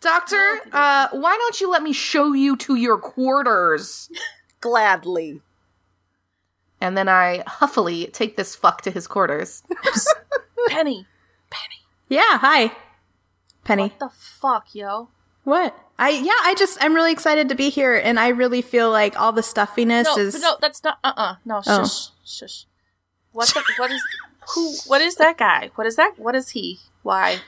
Speaker 1: Doctor, uh, why don't you let me show you to your quarters?
Speaker 5: gladly.
Speaker 1: And then I huffily take this fuck to his quarters.
Speaker 3: Penny.
Speaker 4: Yeah, hi. Penny.
Speaker 3: The fuck, yo.
Speaker 4: What? I yeah, I just I'm really excited to be here and I really feel like all the stuffiness
Speaker 3: No,
Speaker 4: is
Speaker 3: but no, that's not. Uh, uh No, shush,
Speaker 4: Oh.
Speaker 3: shush. What? The, what is? Who? What is that guy? What is that? What is he? Why?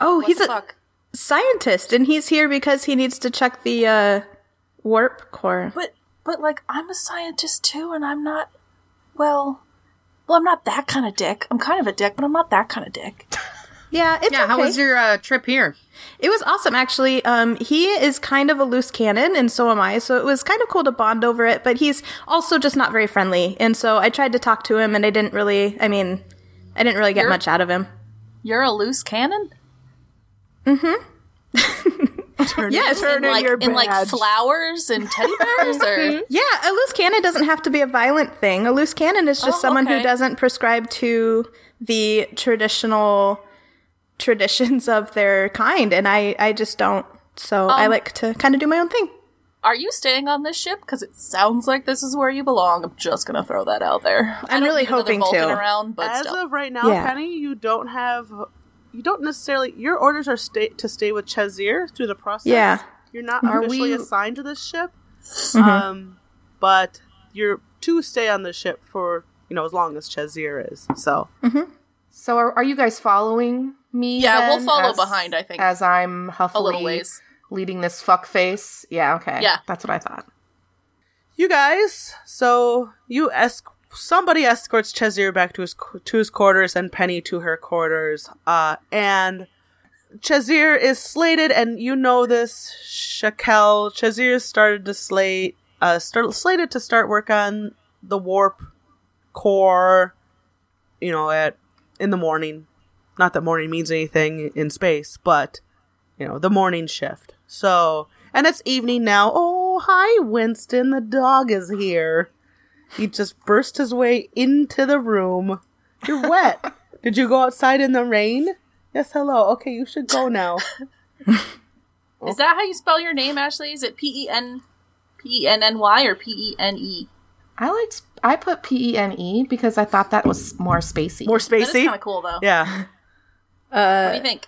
Speaker 4: Oh,
Speaker 3: What
Speaker 4: he's
Speaker 3: the
Speaker 4: a
Speaker 3: fuck?
Speaker 4: scientist and he's here because he needs to check the uh warp core.
Speaker 3: But but like I'm a scientist too, and I'm not. Well, well, I'm not that kind of dick. I'm kind of a dick, but I'm not that kind of dick.
Speaker 4: Yeah, it's
Speaker 2: Yeah, how
Speaker 4: okay.
Speaker 2: was your uh, trip here?
Speaker 4: It was awesome, actually. Um, he is kind of a loose cannon, and so am I. So it was kind of cool to bond over it, but he's also just not very friendly. And so I tried to talk to him, and I didn't really, I mean, I didn't really get much out of him.
Speaker 3: You're a loose cannon.
Speaker 4: Yes.
Speaker 3: in like
Speaker 5: your
Speaker 3: in like
Speaker 5: badge.
Speaker 3: flowers and teddy bears,
Speaker 4: [LAUGHS]
Speaker 3: or
Speaker 4: Yeah, a loose cannon doesn't have to be a violent thing. A loose cannon is just
Speaker 3: Oh,
Speaker 4: someone
Speaker 3: okay.
Speaker 4: who doesn't prescribe to the traditional traditions of their kind, and I, I just don't. So
Speaker 3: Um,
Speaker 4: I like to kind of do my own thing.
Speaker 3: are you staying on this ship? Because it sounds like this is where you belong. I'm just gonna throw that out there. I
Speaker 4: I'm
Speaker 3: don't
Speaker 4: really
Speaker 3: need another
Speaker 4: hoping
Speaker 3: Vulcan
Speaker 4: to.
Speaker 3: around, but
Speaker 5: As
Speaker 3: still.
Speaker 5: of right now,
Speaker 4: Yeah.
Speaker 5: Penny, you don't have. You don't necessarily. Your orders are stay, to stay with Chazir through the process.
Speaker 4: Yeah. Mm-hmm.
Speaker 5: You're not
Speaker 1: Are
Speaker 5: officially
Speaker 1: we-
Speaker 5: assigned to this ship. Um, but you're to stay on the ship for, you know, as long as Chazir is. So.
Speaker 1: So are, are you guys following me?
Speaker 3: Yeah, we'll
Speaker 1: then,
Speaker 3: follow
Speaker 1: as-
Speaker 3: behind, I think.
Speaker 1: As I'm huffily
Speaker 3: a little ways.
Speaker 1: leading this fuck face. Yeah, okay.
Speaker 3: Yeah.
Speaker 1: That's what I thought.
Speaker 5: you guys so you esc- somebody escorts chesir back to his qu- to his quarters and penny to her quarters uh and chesir is slated and you know this shakel chesir started to slate uh start, slated to start work on the warp core you know at in the morning not that morning means anything in space but you know, the morning shift. So, and it's evening now. Oh, hi, Winston. The dog is here. He just burst his way into the room. You're wet.
Speaker 3: [LAUGHS]
Speaker 5: Did you go outside in the rain? Yes, hello. Okay, you should
Speaker 3: [LAUGHS]
Speaker 5: go now.
Speaker 3: Is that how you spell your name, Ashley? Is it P E N P E N N Y or P E N E?
Speaker 1: I liked I put P E N E because I thought that was more spacey.
Speaker 5: More
Speaker 3: That is
Speaker 5: spacey.
Speaker 3: kind of cool, though.
Speaker 5: Yeah.
Speaker 3: What do you think?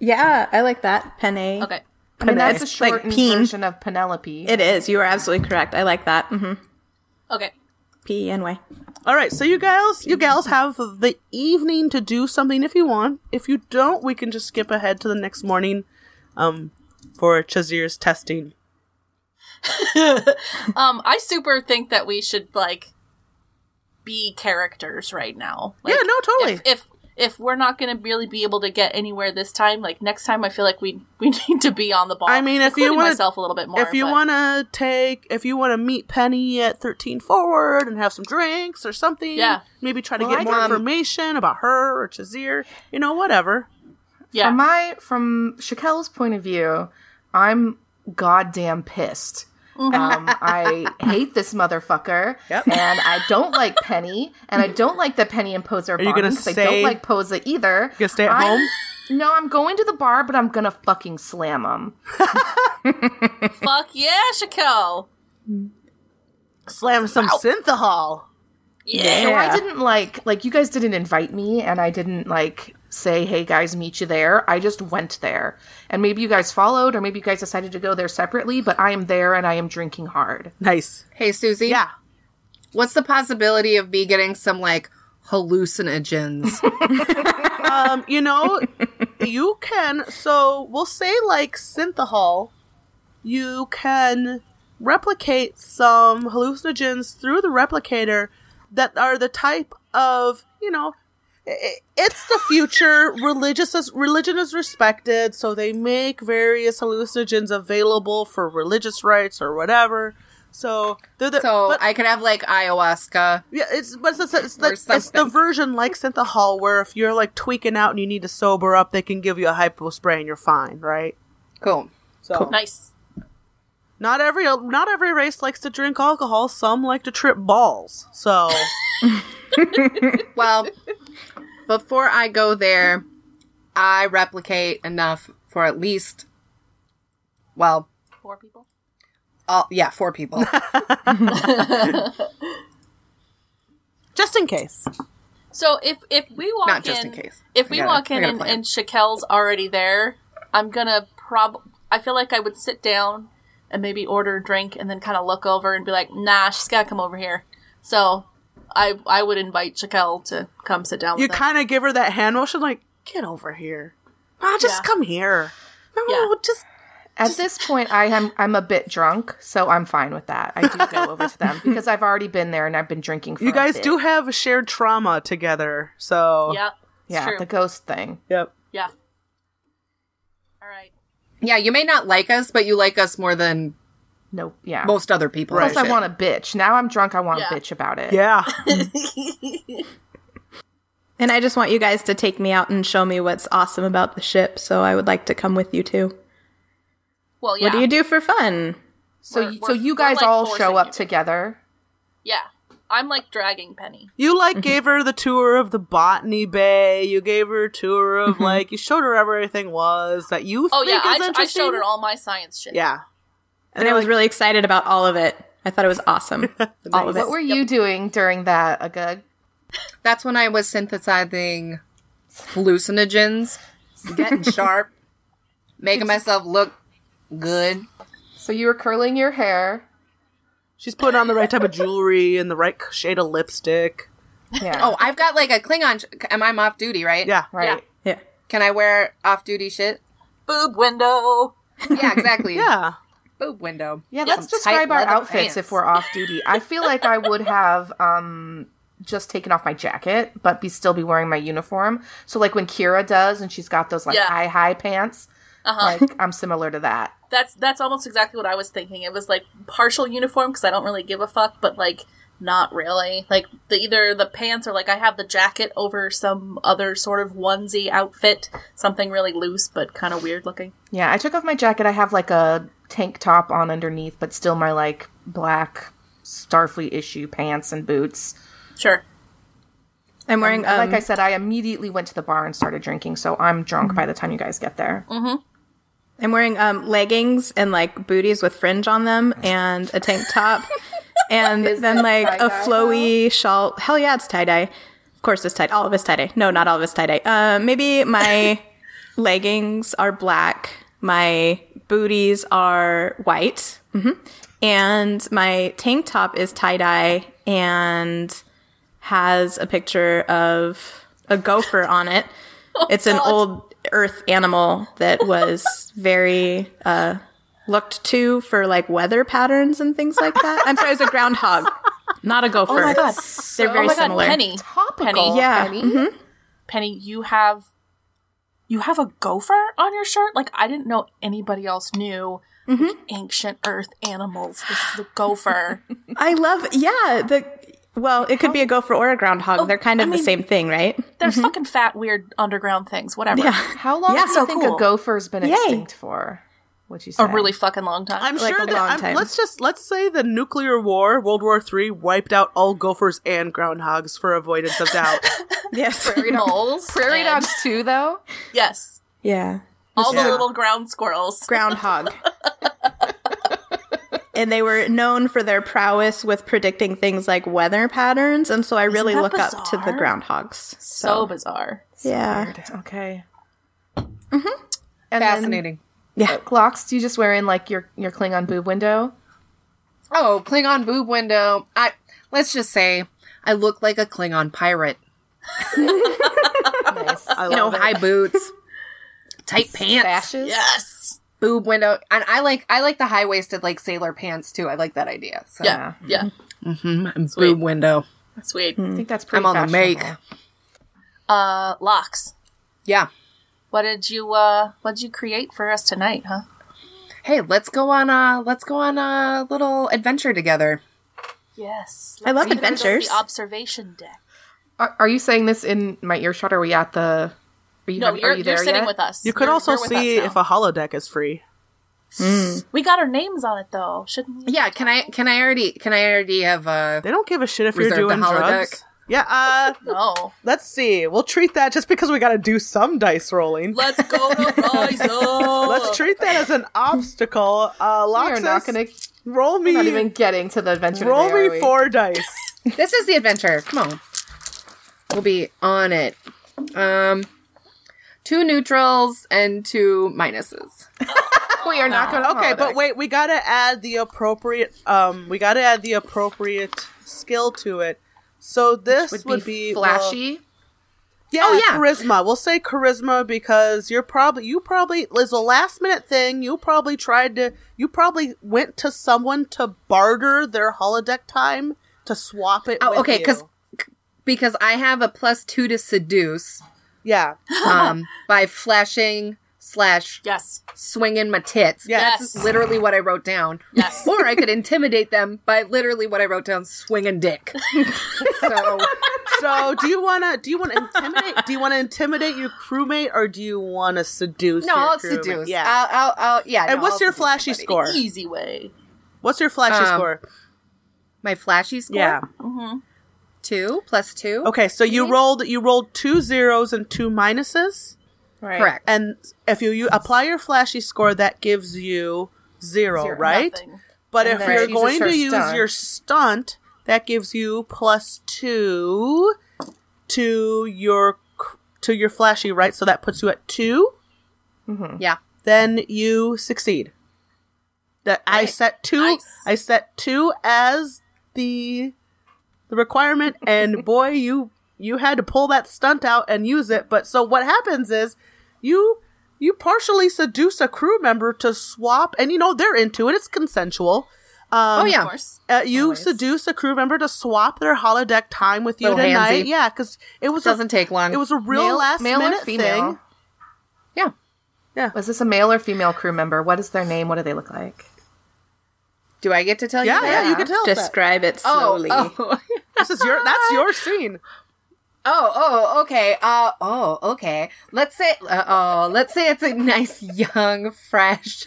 Speaker 4: Yeah, I like that, Penny.
Speaker 3: Okay.
Speaker 1: I mean, that's a
Speaker 4: It's like
Speaker 1: shortened
Speaker 4: peen.
Speaker 1: version of Penelope.
Speaker 4: It is. You are absolutely correct. I like that. Mm-hmm.
Speaker 3: Okay.
Speaker 4: P E N Y.
Speaker 5: All right. So you gals, you
Speaker 3: [LAUGHS]
Speaker 5: gals have the evening to do something if you want. If you don't, we can just skip ahead to the next morning, um, for Chazir's testing.
Speaker 3: um, I super think that we should like be characters right now. Like,
Speaker 5: yeah, no, totally.
Speaker 3: if, if if we're not going to really be able to get anywhere this time, like next time, I feel like we we [LAUGHS] need to be on the ball.
Speaker 5: I mean, if you
Speaker 3: including
Speaker 5: wanna-
Speaker 3: myself a little bit more,
Speaker 5: if you
Speaker 3: but-
Speaker 5: want to take, if you want to meet Penny at 13 Forward and have some drinks or something,
Speaker 3: Yeah.
Speaker 5: maybe try to
Speaker 1: Well,
Speaker 5: get
Speaker 1: I
Speaker 5: more
Speaker 1: can-
Speaker 5: information about her or Chazir, you know, whatever.
Speaker 3: yeah,
Speaker 1: From my from Shakel's point of view, I'm goddamn pissed.
Speaker 3: Mm-hmm.
Speaker 1: Um, I hate this motherfucker,
Speaker 5: Yep.
Speaker 1: and I don't like Penny, and I don't like that Penny and Posa are,
Speaker 5: you gonna
Speaker 1: bonding 'cause I
Speaker 5: stay-
Speaker 1: don't like Posa either.
Speaker 5: gonna stay at
Speaker 1: I-
Speaker 5: home?
Speaker 1: No, I'm going to the bar, but I'm gonna fucking slam him.
Speaker 3: fuck yeah, Shakel.
Speaker 5: Slam some synthahol.
Speaker 3: Yeah.
Speaker 1: So I didn't like like you guys didn't invite me and I didn't like say, "Hey guys, meet you there." I just went there. And maybe you guys followed or maybe you guys decided to go there separately, but I am there and I am drinking hard.
Speaker 5: Nice.
Speaker 2: Hey, Susie.
Speaker 5: Yeah.
Speaker 2: What's the possibility of me getting some like hallucinogens?
Speaker 5: Um, you know, you can. So we'll say like synthahol. You can replicate some hallucinogens through the replicator that are the type of you know. i- i- It's the future. Religious is, religion is respected, so they make various hallucinogens available for religious rites or whatever. So they're the,
Speaker 2: so
Speaker 5: but-
Speaker 2: I could have like ayahuasca.
Speaker 5: yeah, it's but it's, it's,
Speaker 2: Or
Speaker 5: the, it's the
Speaker 2: something.
Speaker 5: version like Synthahol where if you're like tweaking out and you need to sober up, they can give you a hypo spray and you're fine, right?
Speaker 2: Cool.
Speaker 5: So
Speaker 3: nice.
Speaker 5: not every not every race likes to drink alcohol. Some like to trip balls.
Speaker 3: [LAUGHS]
Speaker 5: So
Speaker 2: Well, before I go there, I replicate enough for at least, well,
Speaker 3: Four people.
Speaker 2: all, yeah, four people.
Speaker 5: just in case,
Speaker 3: So if if we walk
Speaker 2: Not
Speaker 3: in,
Speaker 2: just in case.
Speaker 3: if
Speaker 2: I
Speaker 3: we
Speaker 2: gotta-
Speaker 3: walk
Speaker 2: I
Speaker 3: in
Speaker 2: gotta
Speaker 3: and,
Speaker 2: plan.
Speaker 3: and Shakel's already there, I'm gonna prob. I feel like I would sit down and maybe order a drink and then kind of look over and be like, "Nah, she's gotta come over here." So I I would invite Shakel to come sit down.
Speaker 5: you
Speaker 3: with us.
Speaker 5: kind of give her that hand motion, like get over here. Ah, just
Speaker 3: Yeah.
Speaker 5: come here. No,
Speaker 3: Yeah.
Speaker 5: just
Speaker 1: At this point, I am I'm a bit drunk, so I'm fine with that. I do
Speaker 3: [LAUGHS]
Speaker 1: go over to them because I've already been there and I've been drinking. For
Speaker 5: you
Speaker 1: a
Speaker 5: guys
Speaker 1: bit.
Speaker 5: do have a shared trauma together. So
Speaker 3: Yeah, it's
Speaker 1: yeah,
Speaker 3: true.
Speaker 1: the ghost thing.
Speaker 5: yep.
Speaker 3: yeah. All right.
Speaker 2: yeah, you may not like us, but you like us more than
Speaker 1: Nope, yeah.
Speaker 2: most other people.
Speaker 1: Plus, I
Speaker 2: Shit.
Speaker 1: want a bitch. Now I'm drunk. I want
Speaker 3: Yeah.
Speaker 1: a bitch about it.
Speaker 5: Yeah.
Speaker 4: And I just want you guys to take me out and show me what's awesome about the ship, so I would like to come with you too.
Speaker 3: Well, yeah.
Speaker 4: What do you do for fun?
Speaker 1: So,
Speaker 3: We're-
Speaker 1: you so
Speaker 3: we're-
Speaker 1: you
Speaker 3: we're,
Speaker 1: guys
Speaker 3: like,
Speaker 1: all
Speaker 3: forcing
Speaker 1: show up
Speaker 3: you to-
Speaker 1: together.
Speaker 3: Yeah, I'm like dragging Penny.
Speaker 5: You like gave her the tour of the botany bay. You gave her a tour of like you showed her everything was that you.
Speaker 3: Oh
Speaker 5: think
Speaker 3: yeah,
Speaker 5: is
Speaker 3: I, I
Speaker 5: interesting.
Speaker 3: showed her all my science shit.
Speaker 5: Yeah,
Speaker 4: And I was really excited about all of it. I thought it was
Speaker 3: [LAUGHS]
Speaker 4: awesome. all of it.
Speaker 1: What were you doing during that, Agug?
Speaker 2: That's when I was synthesizing hallucinogens, getting sharp, making myself look good.
Speaker 1: So you were curling your
Speaker 2: [LAUGHS]
Speaker 1: hair.
Speaker 5: she's putting on the right type of jewelry and the right shade of lipstick.
Speaker 1: Yeah.
Speaker 2: Oh, I've got like a Klingon. Sh- am I off duty, right?
Speaker 5: Yeah,
Speaker 1: right.
Speaker 4: Yeah.
Speaker 2: Can I wear off duty shit?
Speaker 3: Boob window.
Speaker 2: [LAUGHS] Yeah, exactly.
Speaker 5: yeah.
Speaker 2: Boob window.
Speaker 1: Yeah, let's
Speaker 2: Some
Speaker 1: describe
Speaker 2: tight
Speaker 1: our
Speaker 2: leather
Speaker 1: outfits
Speaker 2: pants.
Speaker 1: if we're off duty. I feel like I would have um just taken off my jacket, but be still be wearing my uniform. So like when Kira does and she's got those like
Speaker 3: Yeah.
Speaker 1: high high pants,
Speaker 2: Uh-huh. [LAUGHS]
Speaker 1: like I'm similar to that.
Speaker 3: That's that's almost exactly what I was thinking. It was like partial uniform because I don't really give a fuck, but like not really. Like the either the pants or like I have the jacket over some other sort of onesie outfit, something really loose but kind of weird looking.
Speaker 1: Yeah, I took off my jacket. I have like a tank top on underneath, but still my like black Starfleet issue pants and boots.
Speaker 3: Sure.
Speaker 4: I'm wearing um,
Speaker 1: like I said, I immediately went to the bar and started drinking, so I'm drunk by the time you guys get there.
Speaker 3: Mm-hmm.
Speaker 4: I'm wearing um, leggings and like booties with fringe on them and a tank
Speaker 1: [LAUGHS]
Speaker 4: top and then like a flowy shawl. Hell yeah, it's tie dye. Of course, it's tie. All of it's tie dye. No, not all of it's tie dye. Uh, maybe
Speaker 1: [LAUGHS]
Speaker 4: my leggings are black. My booties are white. hmm And my tank top is tie dye and has a picture of a gopher
Speaker 3: [LAUGHS]
Speaker 4: on it.
Speaker 3: Oh,
Speaker 4: it's an old earth animal that was very uh, looked to for like weather patterns and things like that. I'm sorry, it was a groundhog, not a gopher.
Speaker 3: Oh my god,
Speaker 4: They're very
Speaker 3: oh my god,
Speaker 4: similar.
Speaker 3: Penny,
Speaker 1: Topical.
Speaker 3: Penny,
Speaker 4: Yeah.
Speaker 1: Penny.
Speaker 3: Penny, you have you have a gopher on your shirt. Like I didn't know anybody else knew like, ancient Earth animals. This is a [LAUGHS] gopher.
Speaker 4: I love, yeah. The well, it could be a gopher or a groundhog. They're kind of
Speaker 3: I
Speaker 4: the
Speaker 3: mean-
Speaker 4: same thing, right?
Speaker 3: They're fucking fat, weird underground things. Whatever.
Speaker 4: Yeah.
Speaker 1: How long
Speaker 4: Yeah,
Speaker 1: do you
Speaker 3: so
Speaker 1: think
Speaker 3: cool.
Speaker 1: a gopher's been
Speaker 4: Yay.
Speaker 1: extinct for? Would you say?
Speaker 3: A really fucking long time.
Speaker 5: I'm
Speaker 4: Like,
Speaker 5: sure
Speaker 4: a
Speaker 5: that
Speaker 4: long
Speaker 5: I'm-
Speaker 4: time.
Speaker 5: let's just let's say the nuclear war, World War Three, wiped out all gophers and groundhogs for avoidance of [LAUGHS] doubt.
Speaker 4: Yes.
Speaker 3: moles.
Speaker 1: prairie
Speaker 3: and-
Speaker 1: dogs too, though.
Speaker 3: Yes.
Speaker 4: [LAUGHS] Yeah.
Speaker 3: All
Speaker 5: Yeah.
Speaker 3: the little ground squirrels.
Speaker 4: Groundhog. and they were known for their prowess with predicting things like weather patterns, and so I really
Speaker 3: that
Speaker 4: look up to the
Speaker 3: bizarre?
Speaker 4: groundhogs.
Speaker 3: so bizarre.
Speaker 4: yeah.
Speaker 1: Okay.
Speaker 3: Mm-hmm.
Speaker 1: And
Speaker 2: Fascinating.
Speaker 1: Then, Glocks, do you just wear in like your your Klingon boob window?
Speaker 2: Oh, Klingon boob window. I let's just say I look like a Klingon pirate.
Speaker 5: I
Speaker 2: You know,
Speaker 5: love it.
Speaker 2: high boots, [LAUGHS] tight pants,
Speaker 1: Sashes.
Speaker 3: [LAUGHS] Yes.
Speaker 2: boob window, and I like I like the high waisted like sailor pants too. I like that idea. So Mm-hmm.
Speaker 3: Yeah. Yeah.
Speaker 2: boob window.
Speaker 3: Sweet.
Speaker 1: I think that's pretty.
Speaker 2: I'm on the make.
Speaker 1: fashionable.
Speaker 3: Uh, locks.
Speaker 2: Yeah.
Speaker 3: What did you uh what did you create for us tonight, huh?
Speaker 2: Hey, let's go on a let's go on a little adventure together.
Speaker 3: Yes.
Speaker 4: I love
Speaker 3: Let's revisit
Speaker 4: adventures.
Speaker 3: The observation deck.
Speaker 1: Are, are you saying this in my earshot? Are we at the? Are you,
Speaker 3: No,
Speaker 1: have-
Speaker 3: you're,
Speaker 1: are you
Speaker 3: you are
Speaker 1: there
Speaker 3: sitting
Speaker 1: yet?
Speaker 3: with us.
Speaker 5: You could
Speaker 3: You're-
Speaker 5: also
Speaker 3: you're with us
Speaker 5: see
Speaker 3: now.
Speaker 5: if a holodeck is free.
Speaker 3: We got our names on it though, shouldn't we?
Speaker 2: Yeah, can I can I already can I already have uh
Speaker 5: They don't give a shit if
Speaker 2: Reserve the
Speaker 5: you're doing
Speaker 2: holodeck.
Speaker 5: drugs. Yeah, uh,
Speaker 3: No.
Speaker 5: let's see. We'll treat that just because we got to do some dice rolling.
Speaker 3: Let's
Speaker 5: [LAUGHS]
Speaker 3: go oh. to Rizal.
Speaker 5: Let's treat
Speaker 1: [LAUGHS]
Speaker 5: that as an obstacle. Uh,
Speaker 1: Oh. We are
Speaker 5: Loxus,
Speaker 1: not going to.
Speaker 5: roll me,
Speaker 1: Not even getting to the adventure.
Speaker 5: roll
Speaker 1: today, are we?
Speaker 5: me four dice.
Speaker 1: [LAUGHS]
Speaker 2: This is the adventure. Come on. We'll be on it. Um two neutrals and two minuses.
Speaker 1: We are not going to.
Speaker 5: Okay, but wait, we gotta add the appropriate. Um, we gotta add the appropriate skill to it. So this
Speaker 1: Would,
Speaker 5: would
Speaker 1: be,
Speaker 5: be, well,
Speaker 1: flashy.
Speaker 5: yeah,
Speaker 2: Oh, yeah.
Speaker 5: charisma. We'll say charisma because you're probably you probably is a last minute thing. You probably tried to. You probably went to someone to barter their holodeck time to swap it.
Speaker 2: Oh,
Speaker 5: with
Speaker 2: okay,
Speaker 5: you.
Speaker 2: because because I have a plus two to
Speaker 5: [LAUGHS]
Speaker 2: seduce
Speaker 5: yeah,
Speaker 2: um by flashing slash
Speaker 3: Yes.
Speaker 2: swinging my tits.
Speaker 5: Yes.
Speaker 2: That's literally what I wrote down. [LAUGHS]
Speaker 3: Yes.
Speaker 2: Or I could intimidate them by literally what I wrote down, swinging
Speaker 5: [LAUGHS]
Speaker 2: dick. so
Speaker 5: so do you wanna do you wanna intimidate? do you wanna intimidate your crewmate or do you wanna seduce?
Speaker 2: no,
Speaker 5: your
Speaker 2: I'll
Speaker 5: crewmate?
Speaker 2: seduce.
Speaker 5: Yeah.
Speaker 2: I'll, I'll, I'll yeah.
Speaker 5: and
Speaker 2: no,
Speaker 5: what's
Speaker 2: I'll
Speaker 5: your
Speaker 2: seduce
Speaker 5: flashy
Speaker 2: somebody.
Speaker 5: score?
Speaker 3: Easy way.
Speaker 5: What's your flashy
Speaker 2: Um,
Speaker 5: score?
Speaker 2: My flashy score?
Speaker 5: Yeah.
Speaker 2: Two plus two.
Speaker 5: Okay, so you rolled you rolled two zeros and two minuses,
Speaker 1: Right.
Speaker 2: Correct.
Speaker 5: and if you, you apply your flashy score, that gives you zero,
Speaker 1: Zero.
Speaker 5: right?
Speaker 3: Nothing.
Speaker 5: But
Speaker 1: And
Speaker 5: if
Speaker 1: then
Speaker 5: you're
Speaker 1: she uses
Speaker 5: going
Speaker 1: her
Speaker 5: to use
Speaker 1: stunt.
Speaker 5: your stunt, that gives you plus two to your c- to your flashy, right? So that puts you at two.
Speaker 2: Yeah.
Speaker 5: Then you succeed. That I set two.
Speaker 3: Nice.
Speaker 5: I set two as the the requirement, and boy, you you had to pull that stunt out and use it. But so what happens is you you partially seduce a crew member to swap, and you know they're into it. It's consensual. Um,
Speaker 2: Oh yeah.
Speaker 3: Of course.
Speaker 5: uh, you seduce a crew member to swap their holodeck time with you
Speaker 2: Little
Speaker 5: tonight.
Speaker 2: handsy.
Speaker 5: Yeah, because it was
Speaker 2: Doesn't
Speaker 5: a,
Speaker 2: take long.
Speaker 5: it was a real
Speaker 1: Male-
Speaker 5: last
Speaker 1: male or
Speaker 5: minute
Speaker 1: female?
Speaker 5: thing.
Speaker 2: yeah.
Speaker 1: Was this a male or female crew member? What is their name? What do they look like?
Speaker 2: Do I get to tell
Speaker 5: Yeah,
Speaker 2: you?
Speaker 5: yeah,
Speaker 2: that?
Speaker 5: you can tell. us that.
Speaker 4: Describe it
Speaker 2: Oh,
Speaker 4: slowly.
Speaker 2: oh. [LAUGHS]
Speaker 5: This is your that's your scene.
Speaker 2: Oh, oh, okay. Uh, oh, okay. Let's say, uh, oh, let's say it's a nice, young,
Speaker 5: [LAUGHS]
Speaker 2: fresh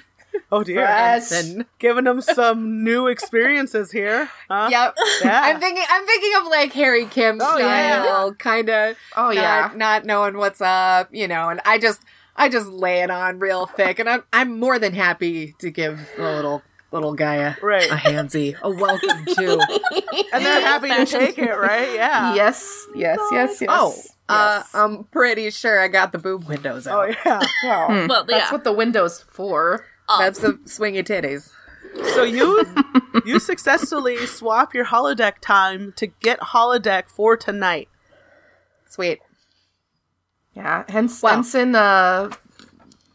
Speaker 5: Oh dear,
Speaker 2: person.
Speaker 5: giving them some new experiences here. Huh?
Speaker 2: Yep.
Speaker 5: Yeah.
Speaker 2: I'm thinking, I'm thinking of like Harry Kim
Speaker 5: Oh, yeah.
Speaker 2: style, kind of.
Speaker 1: Oh, yeah.
Speaker 2: not knowing what's up, you know. And I just, I just lay it on real thick, and I'm, I'm more than happy to give the little, little guy a,
Speaker 5: Right.
Speaker 2: a handsy, a welcome
Speaker 5: [LAUGHS]
Speaker 2: to.
Speaker 5: and they're happy to take it, right? Yeah.
Speaker 1: Yes, yes, yes, yes.
Speaker 2: Oh, uh, I'm pretty sure I got the boob windows out.
Speaker 5: Oh yeah.
Speaker 1: Wow.
Speaker 3: Well,
Speaker 1: That's
Speaker 3: yeah.
Speaker 1: what the window's for.
Speaker 2: That's the swingy titties.
Speaker 5: So you you successfully swap your holodeck time to get holodeck for tonight.
Speaker 2: Sweet.
Speaker 1: Yeah. Hence
Speaker 2: Wow.
Speaker 1: Ensign uh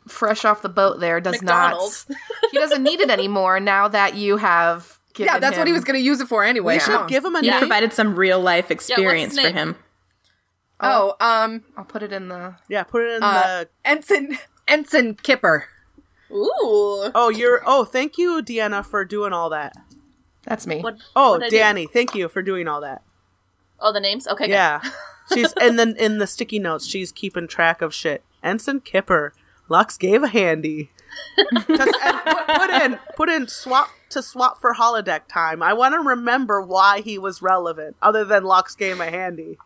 Speaker 1: fresh off the boat there does
Speaker 3: McDonald's.
Speaker 1: not. [LAUGHS] He doesn't need it anymore now that you have given
Speaker 2: Yeah, that's what he
Speaker 1: him-
Speaker 2: was going to use it for anyway. Oh.
Speaker 5: We should
Speaker 2: Huh.
Speaker 5: give him a
Speaker 3: Yeah.
Speaker 5: name.
Speaker 4: Provided some real life experience for
Speaker 3: name?
Speaker 4: him.
Speaker 2: oh, um,
Speaker 1: I'll put it in the.
Speaker 5: Yeah, put it in
Speaker 2: uh,
Speaker 5: the.
Speaker 2: ensign [LAUGHS] ensign Kipper.
Speaker 3: Ooh.
Speaker 5: Oh, you're. Oh, thank you, Deanna, for doing all that.
Speaker 1: That's me.
Speaker 3: What-
Speaker 5: Oh,
Speaker 3: what'd I do?
Speaker 5: Danny, thank you for doing all that.
Speaker 3: Oh, the names. Okay. good.
Speaker 5: Yeah, she's and then in the sticky notes, she's keeping track of shit. Ensign Kipper, Lux gave a [LAUGHS] handy. Just, and put, put in, put in swap to swap for holodeck time. I want to remember why he was relevant, other than Lux gave a [LAUGHS] handy.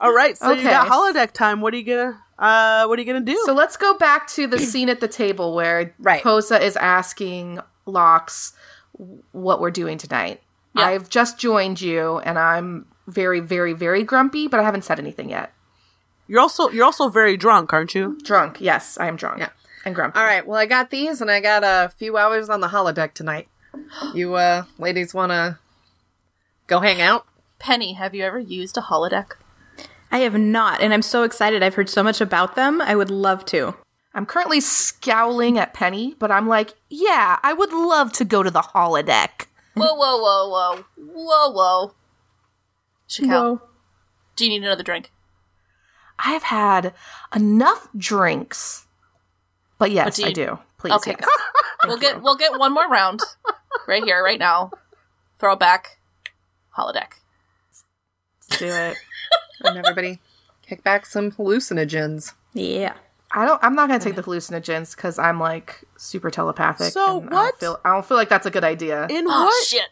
Speaker 5: All right, so you got
Speaker 1: Okay.
Speaker 5: holodeck time. What are you gonna? Uh, what are you gonna do?
Speaker 1: So let's go back to the scene at the table where
Speaker 2: Right.
Speaker 1: Posa is asking Locks what we're doing tonight.
Speaker 3: Yeah.
Speaker 1: I've just joined you and I'm very, very, very grumpy, but I haven't said anything yet.
Speaker 5: you're also you're also very drunk, aren't you?
Speaker 1: Drunk. Yes, I am drunk
Speaker 2: Yeah.
Speaker 1: and grumpy.
Speaker 2: All right. Well, I got these, and I got a few hours on the holodeck [GASPS] tonight. You uh, ladies want to go hang out?
Speaker 3: Penny, have you ever used a holodeck?
Speaker 4: I have not, and I'm so excited. I've heard so much about them. I would love to.
Speaker 1: I'm currently scowling at Penny, but I'm like, yeah, I would love to go to the holodeck.
Speaker 3: Whoa, whoa, whoa, whoa, whoa, whoa. Chacal,
Speaker 4: Whoa.
Speaker 3: do you need another drink?
Speaker 1: I've had enough drinks. But yes,
Speaker 3: do you-
Speaker 1: I do. Please.
Speaker 3: Okay,
Speaker 1: yes.
Speaker 3: good. we'll get we'll get one more round, right here, right now. Throw it back, holodeck.
Speaker 2: Let's do it. and [LAUGHS] everybody, kick back some hallucinogens.
Speaker 4: Yeah.
Speaker 1: I don't. I'm not gonna take the hallucinogens because I'm like super telepathic.
Speaker 5: So
Speaker 1: and I
Speaker 5: what-
Speaker 1: don't, feel, I don't feel like that's a good idea.
Speaker 5: In
Speaker 3: Oh
Speaker 5: what
Speaker 3: shit!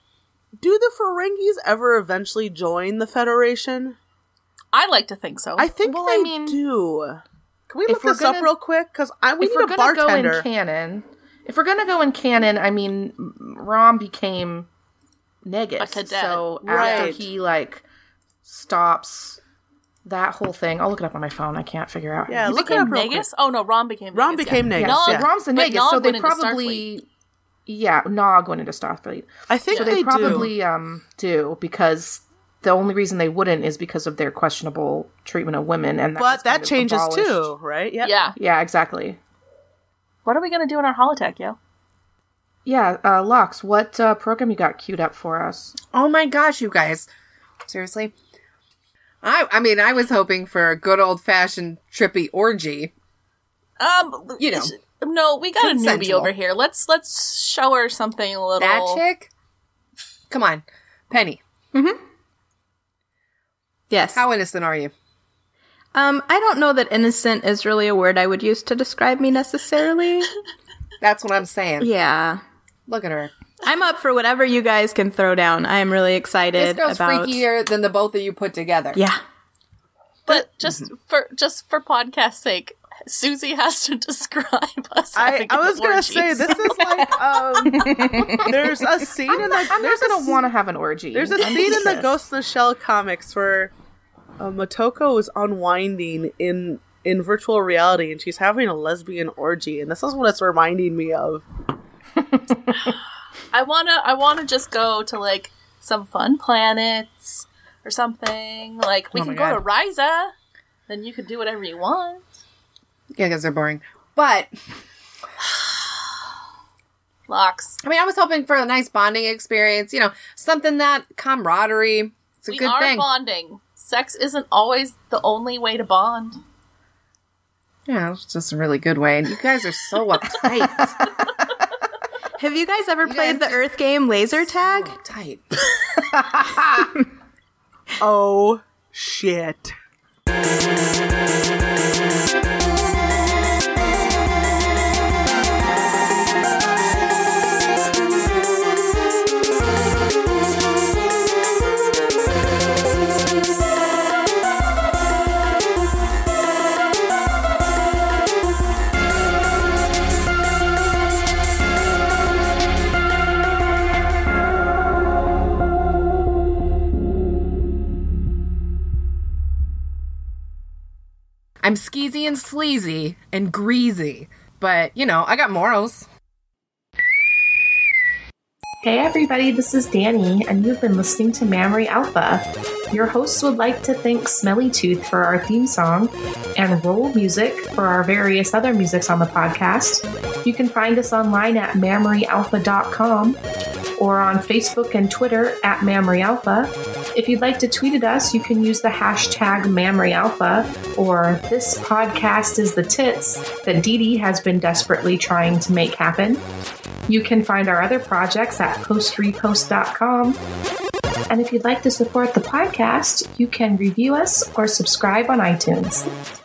Speaker 5: do the Ferengis ever eventually join the Federation?
Speaker 3: I like to think so.
Speaker 5: Oh, I think
Speaker 1: Well,
Speaker 5: they
Speaker 1: I mean-
Speaker 5: do. Can we
Speaker 1: If
Speaker 5: look
Speaker 1: we're
Speaker 5: this up
Speaker 1: gonna-
Speaker 5: real quick? Because I we
Speaker 1: if we're
Speaker 5: need a
Speaker 1: gonna go
Speaker 5: bartender.
Speaker 1: in canon, if we're gonna go in canon, I mean, Rom became Negus.
Speaker 3: A cadet.
Speaker 1: So after
Speaker 5: Right.
Speaker 1: he like stops that whole thing, I'll look it up on my phone. I can't figure out.
Speaker 5: yeah,
Speaker 3: He
Speaker 5: look it
Speaker 3: became
Speaker 5: up real quick.
Speaker 3: Negus. Oh no, Ron became
Speaker 5: Ron
Speaker 3: Negus,
Speaker 5: became
Speaker 1: Yeah,
Speaker 5: Negus.
Speaker 1: so
Speaker 5: yeah.
Speaker 1: Rom's the
Speaker 3: But
Speaker 1: Negus,
Speaker 3: Nog
Speaker 1: so they
Speaker 3: went into
Speaker 1: probably yeah, Nog went into Starfleet.
Speaker 5: I think
Speaker 1: So
Speaker 5: they,
Speaker 1: they, probably
Speaker 5: do.
Speaker 1: um do because the only reason they wouldn't is because of their questionable treatment of women, and that was
Speaker 5: But
Speaker 1: kind
Speaker 5: that
Speaker 1: of
Speaker 5: changes
Speaker 1: abolished.
Speaker 5: too, right?
Speaker 3: Yeah. Yeah.
Speaker 1: Yeah, exactly.
Speaker 3: What are we gonna do in our holodeck, yo?
Speaker 1: Yeah, uh, Lux, what uh, program you got queued up for us?
Speaker 2: Oh my gosh, you guys! Seriously, I I mean, I was hoping for a good old fashioned trippy orgy.
Speaker 3: Um,
Speaker 2: You know.
Speaker 3: sh- No, we got a newbie
Speaker 2: Consensual.
Speaker 3: over here. Let's let's show her something a little.
Speaker 2: That chick? Come on, Penny.
Speaker 4: Yes.
Speaker 2: How innocent are you?
Speaker 4: um, I don't know that innocent is really a word I would use to describe me necessarily.
Speaker 2: That's what I'm saying.
Speaker 4: yeah.
Speaker 2: Look at her.
Speaker 4: I'm up for whatever you guys can throw down. I am really
Speaker 2: This
Speaker 4: excited
Speaker 2: girl's
Speaker 4: about.
Speaker 2: freakier than the both of you put together.
Speaker 4: Yeah.
Speaker 3: But just for just for podcast sake, Susie has to [LAUGHS] describe us.
Speaker 5: I,
Speaker 3: having
Speaker 5: I
Speaker 3: an
Speaker 5: was gonna
Speaker 3: orgy.
Speaker 5: say this is like um, there's a scene in
Speaker 1: [LAUGHS]
Speaker 5: the
Speaker 1: I'm
Speaker 5: there's
Speaker 1: not
Speaker 5: a
Speaker 1: gonna want to have an orgy.
Speaker 5: There's a scene in the Ghost in the Shell comics where uh, Motoko is unwinding in in virtual reality, and she's having a lesbian orgy, and this is what it's reminding me of.
Speaker 3: I wanna I wanna just go to like some fun planets or something. Like we
Speaker 2: Oh
Speaker 3: can go
Speaker 2: my
Speaker 3: to Riza, then you can do whatever you want.
Speaker 2: Yeah, because they're boring. But
Speaker 3: Locks.
Speaker 2: I mean, I was hoping for a nice bonding experience. You know, something that camaraderie. It's a
Speaker 3: we
Speaker 2: good
Speaker 3: are
Speaker 2: thing.
Speaker 3: bonding. Sex isn't always the only way to bond.
Speaker 2: yeah, it's just a really good way. And you guys are so
Speaker 4: [LAUGHS]
Speaker 2: uptight.
Speaker 4: Have you guys ever played the Earth game laser tag?
Speaker 2: uptight.
Speaker 5: Oh shit!
Speaker 2: I'm skeezy and sleazy and greasy, but you know, I got morals.
Speaker 6: Hey everybody, this is Danny, and you've been listening to Mammary Alpha. Your hosts would like to thank Smelly Tooth for our theme song and Roll Music for our various other musics on the podcast. You can find us online at mammaryalpha.com or on Facebook and Twitter at mammaryalpha. If you'd like to tweet at us, you can use the hashtag mammaryalpha or this podcast is the tits that Dee Dee has been desperately trying to make happen. You can find our other projects at postrepost.com. And if you'd like to support the podcast, you can review us or subscribe on iTunes.